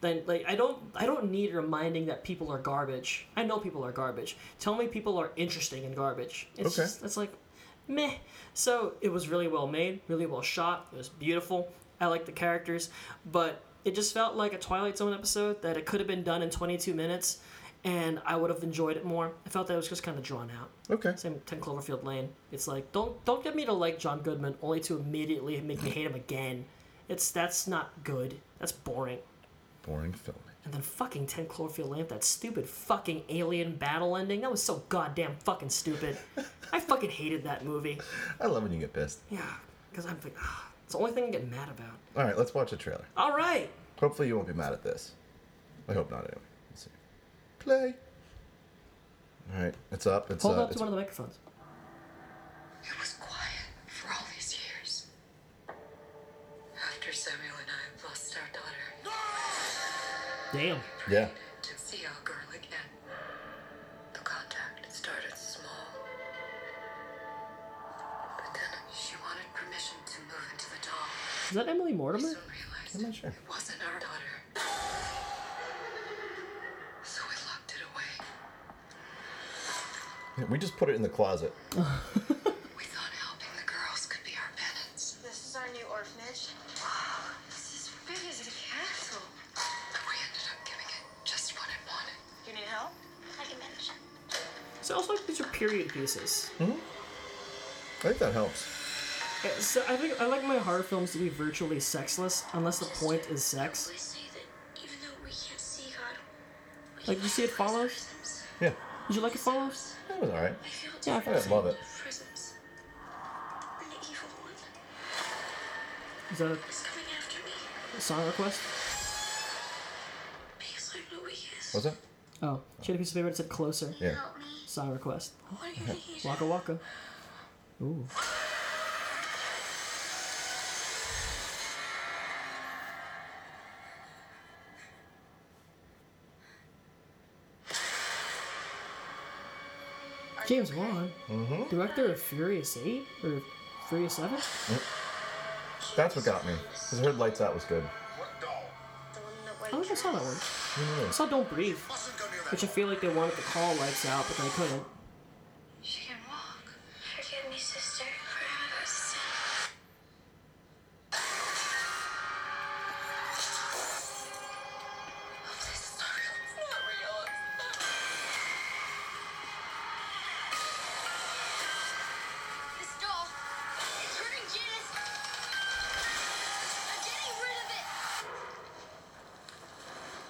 [SPEAKER 3] Then like I don't I don't need reminding that people are garbage. I know people are garbage. Tell me people are interesting and garbage. It's
[SPEAKER 1] Okay.
[SPEAKER 3] just, it's like meh. So it was really well made, really well shot. It was beautiful. I like the characters, but it just felt like a Twilight Zone episode that it could have been done in 22 minutes, and I would have enjoyed it more. I felt that it was just kind of drawn out.
[SPEAKER 1] Okay.
[SPEAKER 3] Same Ten Cloverfield Lane. It's like don't don't get me to like John Goodman only to immediately make me hate him again. It's that's not good. That's boring.
[SPEAKER 1] Boring film.
[SPEAKER 3] And then fucking Ten Cloverfield Lane, with that stupid fucking alien battle ending. That was so goddamn fucking stupid. I fucking hated that movie.
[SPEAKER 1] I love when you get pissed.
[SPEAKER 3] Yeah, because I'm like, ah, it's the only thing I get mad about.
[SPEAKER 1] All right, let's watch a trailer.
[SPEAKER 3] All right.
[SPEAKER 1] Hopefully you won't be mad at this. I hope not. Anyway. Let's see. Play. All right, it's up. It's
[SPEAKER 3] Hold
[SPEAKER 1] uh,
[SPEAKER 3] up to
[SPEAKER 1] it's-
[SPEAKER 3] one of the microphones.
[SPEAKER 5] It was quiet for all these years. After Samuel and I lost our daughter,
[SPEAKER 3] Damn.
[SPEAKER 1] yeah.
[SPEAKER 5] to see our girl again. The contact started small. But then she wanted permission to move into the doll.
[SPEAKER 3] Is that Emily
[SPEAKER 5] We
[SPEAKER 3] Mortimer?
[SPEAKER 5] soon realized
[SPEAKER 1] I'm not sure.
[SPEAKER 5] it wasn't our daughter. So we locked it away.
[SPEAKER 1] Yeah, We just put it in the closet.
[SPEAKER 5] We thought helping the girls could be our penance.
[SPEAKER 6] This is our new orphanage.
[SPEAKER 5] Wow, this is big as a castle. But we ended up giving it just what it wanted.
[SPEAKER 6] You need help? I can manage.
[SPEAKER 3] So also like these are period pieces.
[SPEAKER 1] I think that helps.
[SPEAKER 3] Yeah, Eh, So I think I like my horror films to be virtually sexless unless the point is sex.
[SPEAKER 6] They say that even though we can't see God,
[SPEAKER 3] Like you see it follows.
[SPEAKER 1] Yeah,
[SPEAKER 3] Did you like it follows?
[SPEAKER 1] that was all right.
[SPEAKER 6] I feel
[SPEAKER 3] Yeah, I
[SPEAKER 1] I didn't love it.
[SPEAKER 6] prisms. An evil one
[SPEAKER 3] Is that
[SPEAKER 6] is coming after me
[SPEAKER 3] a song request?
[SPEAKER 6] because I'm the weakest.
[SPEAKER 1] Was it?
[SPEAKER 3] Oh, she had a piece of paper that said closer.
[SPEAKER 1] Yeah.
[SPEAKER 6] Help me.
[SPEAKER 3] Song request.
[SPEAKER 6] What do you need?
[SPEAKER 3] Waka waka. Ooh. James Wan, director of Furious Eight or Furious Seven.
[SPEAKER 1] That's what got me. Cause her lights out was good.
[SPEAKER 2] What dog?
[SPEAKER 6] The one
[SPEAKER 3] I
[SPEAKER 6] that
[SPEAKER 3] don't
[SPEAKER 6] white
[SPEAKER 3] think I saw that one.
[SPEAKER 1] You know,
[SPEAKER 3] I saw Don't Breathe,
[SPEAKER 2] Mustn't go near that.
[SPEAKER 3] which I feel like they wanted to call Lights Out, but they couldn't.
[SPEAKER 6] sister forever as a sin. Oh, this is not real. It's not real. It's not real. This doll, it's hurting Janice. I'm getting rid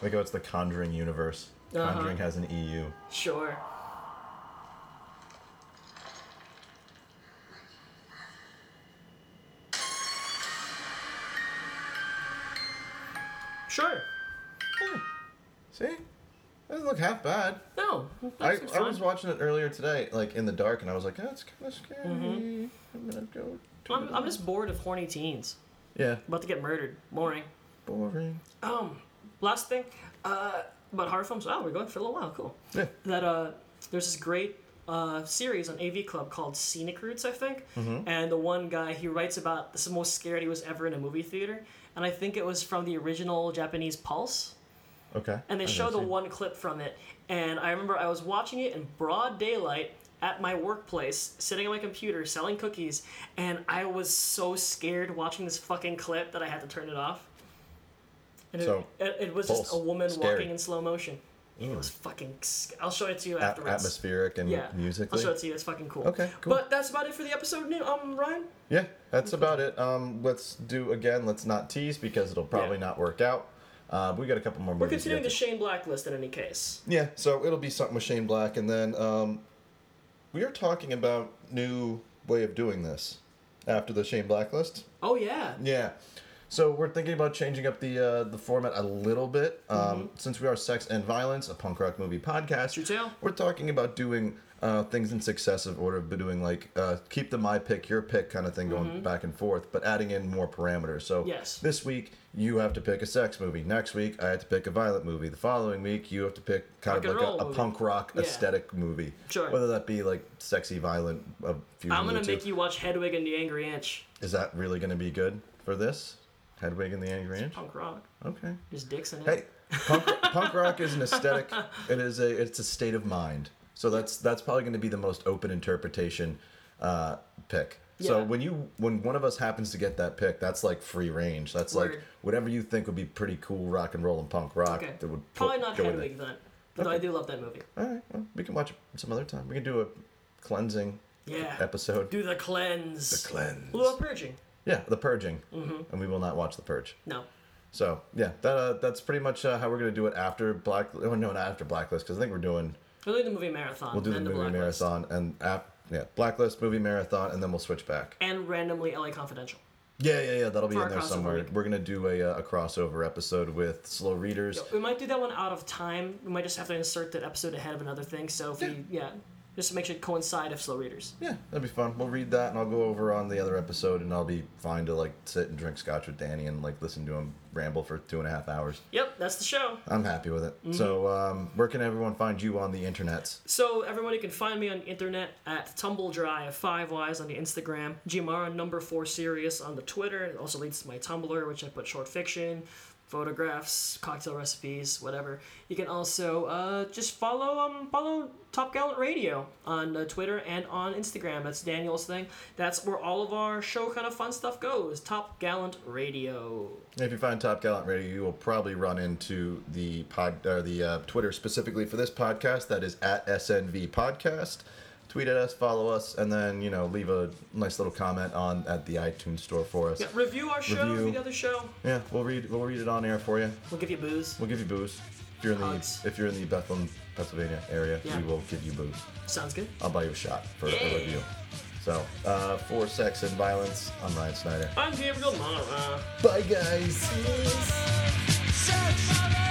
[SPEAKER 6] of it.
[SPEAKER 1] Like, oh, it's the Conjuring universe.
[SPEAKER 3] Uh-huh.
[SPEAKER 1] Conjuring has an E EU.
[SPEAKER 3] Sure. Sure.
[SPEAKER 1] Yeah. See? Doesn't look half bad.
[SPEAKER 3] No.
[SPEAKER 1] I,
[SPEAKER 3] That's
[SPEAKER 1] I
[SPEAKER 3] fine.
[SPEAKER 1] was watching it earlier today, like in the dark, and I was like, oh, it's kind of scary. I'm gonna go. to
[SPEAKER 3] Mm-hmm. I'm,
[SPEAKER 1] the-
[SPEAKER 3] I'm just bored of horny teens.
[SPEAKER 1] Yeah,
[SPEAKER 3] About to get murdered. Boring.
[SPEAKER 1] boring.
[SPEAKER 3] Um, last thing, uh, about horror films. Oh, we're going for a little while. Cool.
[SPEAKER 1] Yeah.
[SPEAKER 3] That uh, there's this great uh, series on AV Club called Scenic Roots, I think. And the one guy he writes about this is the most scared he was ever in a movie theater, and I think it was from the original Japanese Pulse.
[SPEAKER 1] Okay.
[SPEAKER 3] And they
[SPEAKER 1] I
[SPEAKER 3] show the
[SPEAKER 1] see.
[SPEAKER 3] one clip from it, and I remember I was watching it in broad daylight at my workplace, sitting on my computer selling cookies, and I was so scared watching this fucking clip that I had to turn it off. And it,
[SPEAKER 1] So,
[SPEAKER 3] it, it was
[SPEAKER 1] Pulse,
[SPEAKER 3] just a woman
[SPEAKER 1] scary.
[SPEAKER 3] walking in slow motion. It
[SPEAKER 1] Mm.
[SPEAKER 3] was fucking. sc- I'll show it to you
[SPEAKER 1] A-
[SPEAKER 3] afterwards.
[SPEAKER 1] atmospheric and
[SPEAKER 3] Yeah,
[SPEAKER 1] musically.
[SPEAKER 3] I'll show it to you. It's fucking cool.
[SPEAKER 1] Okay, cool.
[SPEAKER 3] But that's about it for the episode. New, um, Ryan.
[SPEAKER 1] Yeah, that's about it. Um, let's do again. Let's not tease because it'll probably
[SPEAKER 3] Yeah.
[SPEAKER 1] not work out. Uh, we got a couple more.
[SPEAKER 3] We're
[SPEAKER 1] movies
[SPEAKER 3] continuing
[SPEAKER 1] to
[SPEAKER 3] the
[SPEAKER 1] get
[SPEAKER 3] Shane Black list in any case.
[SPEAKER 1] to. yeah, so it'll be something with Shane Black, and then um, we are talking about new way of doing this after the Shane Blacklist.
[SPEAKER 3] Oh yeah.
[SPEAKER 1] Yeah. So we're thinking about changing up the uh, the format a little bit. Um, Since we are Sex and Violence, a punk rock movie podcast,
[SPEAKER 3] Mm-hmm. True tale.
[SPEAKER 1] we're talking about doing uh, things in successive order, but doing like uh, keep the my pick, your pick kind of thing going back and forth, but adding in more parameters. So
[SPEAKER 3] Mm-hmm. Yes.
[SPEAKER 1] this week you have to pick a sex movie. Next week I have to pick a violent movie. The following week you have to pick kind
[SPEAKER 3] Rock
[SPEAKER 1] of
[SPEAKER 3] and
[SPEAKER 1] like
[SPEAKER 3] roll
[SPEAKER 1] a, a
[SPEAKER 3] movie.
[SPEAKER 1] punk rock
[SPEAKER 3] Yeah.
[SPEAKER 1] aesthetic movie.
[SPEAKER 3] Sure.
[SPEAKER 1] Whether that be like sexy, violent, a fusion.
[SPEAKER 3] I'm
[SPEAKER 1] of the
[SPEAKER 3] gonna
[SPEAKER 1] two.
[SPEAKER 3] make you watch Hedwig and the Angry Inch.
[SPEAKER 1] Is that really going to be good for this? Hedwig and the Angry Inch?
[SPEAKER 3] Punk rock.
[SPEAKER 1] Okay.
[SPEAKER 3] There's dicks in it.
[SPEAKER 1] Hey, punk, punk rock is an aesthetic. It is a it's a state of mind. So that's that's probably going to be the most open interpretation uh, pick. So
[SPEAKER 3] Yeah.
[SPEAKER 1] when you when one of us happens to get that pick, that's like free range. That's like
[SPEAKER 3] Word.
[SPEAKER 1] whatever you think would be pretty cool rock and roll and punk rock
[SPEAKER 3] Okay.
[SPEAKER 1] that would put-
[SPEAKER 3] Probably not
[SPEAKER 1] go in
[SPEAKER 3] Hedwig
[SPEAKER 1] there.
[SPEAKER 3] then. But I do love that movie.
[SPEAKER 1] All right, well, we can watch it some other time. We can do a cleansing
[SPEAKER 3] Yeah.
[SPEAKER 1] episode.
[SPEAKER 3] Do the cleanse. The
[SPEAKER 1] Cleanse.
[SPEAKER 3] What about purging?
[SPEAKER 1] Yeah, the purging, mm-hmm. and we will not watch the purge.
[SPEAKER 3] No.
[SPEAKER 1] So yeah, that uh, that's pretty much uh, how we're gonna do it after Black. Oh no, not after Blacklist because I think we're doing
[SPEAKER 3] We'll do the movie marathon.
[SPEAKER 1] we'll do the
[SPEAKER 3] then
[SPEAKER 1] movie
[SPEAKER 3] Blacklist.
[SPEAKER 1] marathon and app yeah Blacklist movie marathon and then we'll switch back.
[SPEAKER 3] And randomly LA Confidential.
[SPEAKER 1] Yeah yeah yeah, that'll be
[SPEAKER 3] For
[SPEAKER 1] in
[SPEAKER 3] our
[SPEAKER 1] there
[SPEAKER 3] crossover
[SPEAKER 1] somewhere.
[SPEAKER 3] week.
[SPEAKER 1] We're gonna do a, uh, a crossover episode with slow readers.
[SPEAKER 3] We might do that one out of time. We might just have to insert that episode ahead of another thing. So if we, yeah, just to make sure it coincide of slow readers.
[SPEAKER 1] Yeah, that'd be fun. We'll read that and I'll go over on the other episode and I'll be fine to like sit and drink scotch with Danny and like listen to him ramble for two and a half hours.
[SPEAKER 3] Yep, that's the show.
[SPEAKER 1] I'm happy with
[SPEAKER 3] Mm-hmm.
[SPEAKER 1] it. So um, where can everyone find you on the internets?
[SPEAKER 3] So everyone, you can find me on the internet at TumbleDry of Five Wise on the Instagram, Gmara number four Serious on the Twitter. It also leads to my Tumblr, which I put short fiction, photographs, cocktail recipes, whatever. You can also uh, just follow um follow Top Gallant Radio on uh, Twitter and on Instagram. That's Daniel's thing. That's where all of our show kind of fun stuff goes. Top Gallant Radio.
[SPEAKER 1] If you find Top Gallant Radio, you will probably run into the pod or the uh, Twitter specifically for this podcast. That is at SNV Podcast. Tweet at us, follow us, and then you know leave a nice little comment on at the iTunes store for us.
[SPEAKER 3] Yeah, review our show,
[SPEAKER 1] Review.
[SPEAKER 3] review the other show.
[SPEAKER 1] Yeah, we'll read we'll read it on air for you.
[SPEAKER 3] We'll give you booze.
[SPEAKER 1] We'll give you booze if you're in the
[SPEAKER 3] Hugs.
[SPEAKER 1] if you're in the Bethlehem, Pennsylvania area.
[SPEAKER 3] Yeah.
[SPEAKER 1] We will give you booze.
[SPEAKER 3] Sounds good.
[SPEAKER 1] I'll buy you a shot for
[SPEAKER 3] Yeah.
[SPEAKER 1] a review. So uh, for sex and violence, I'm Ryan Snyder.
[SPEAKER 3] I'm Gabriel Mara.
[SPEAKER 1] Bye guys.
[SPEAKER 2] Sex.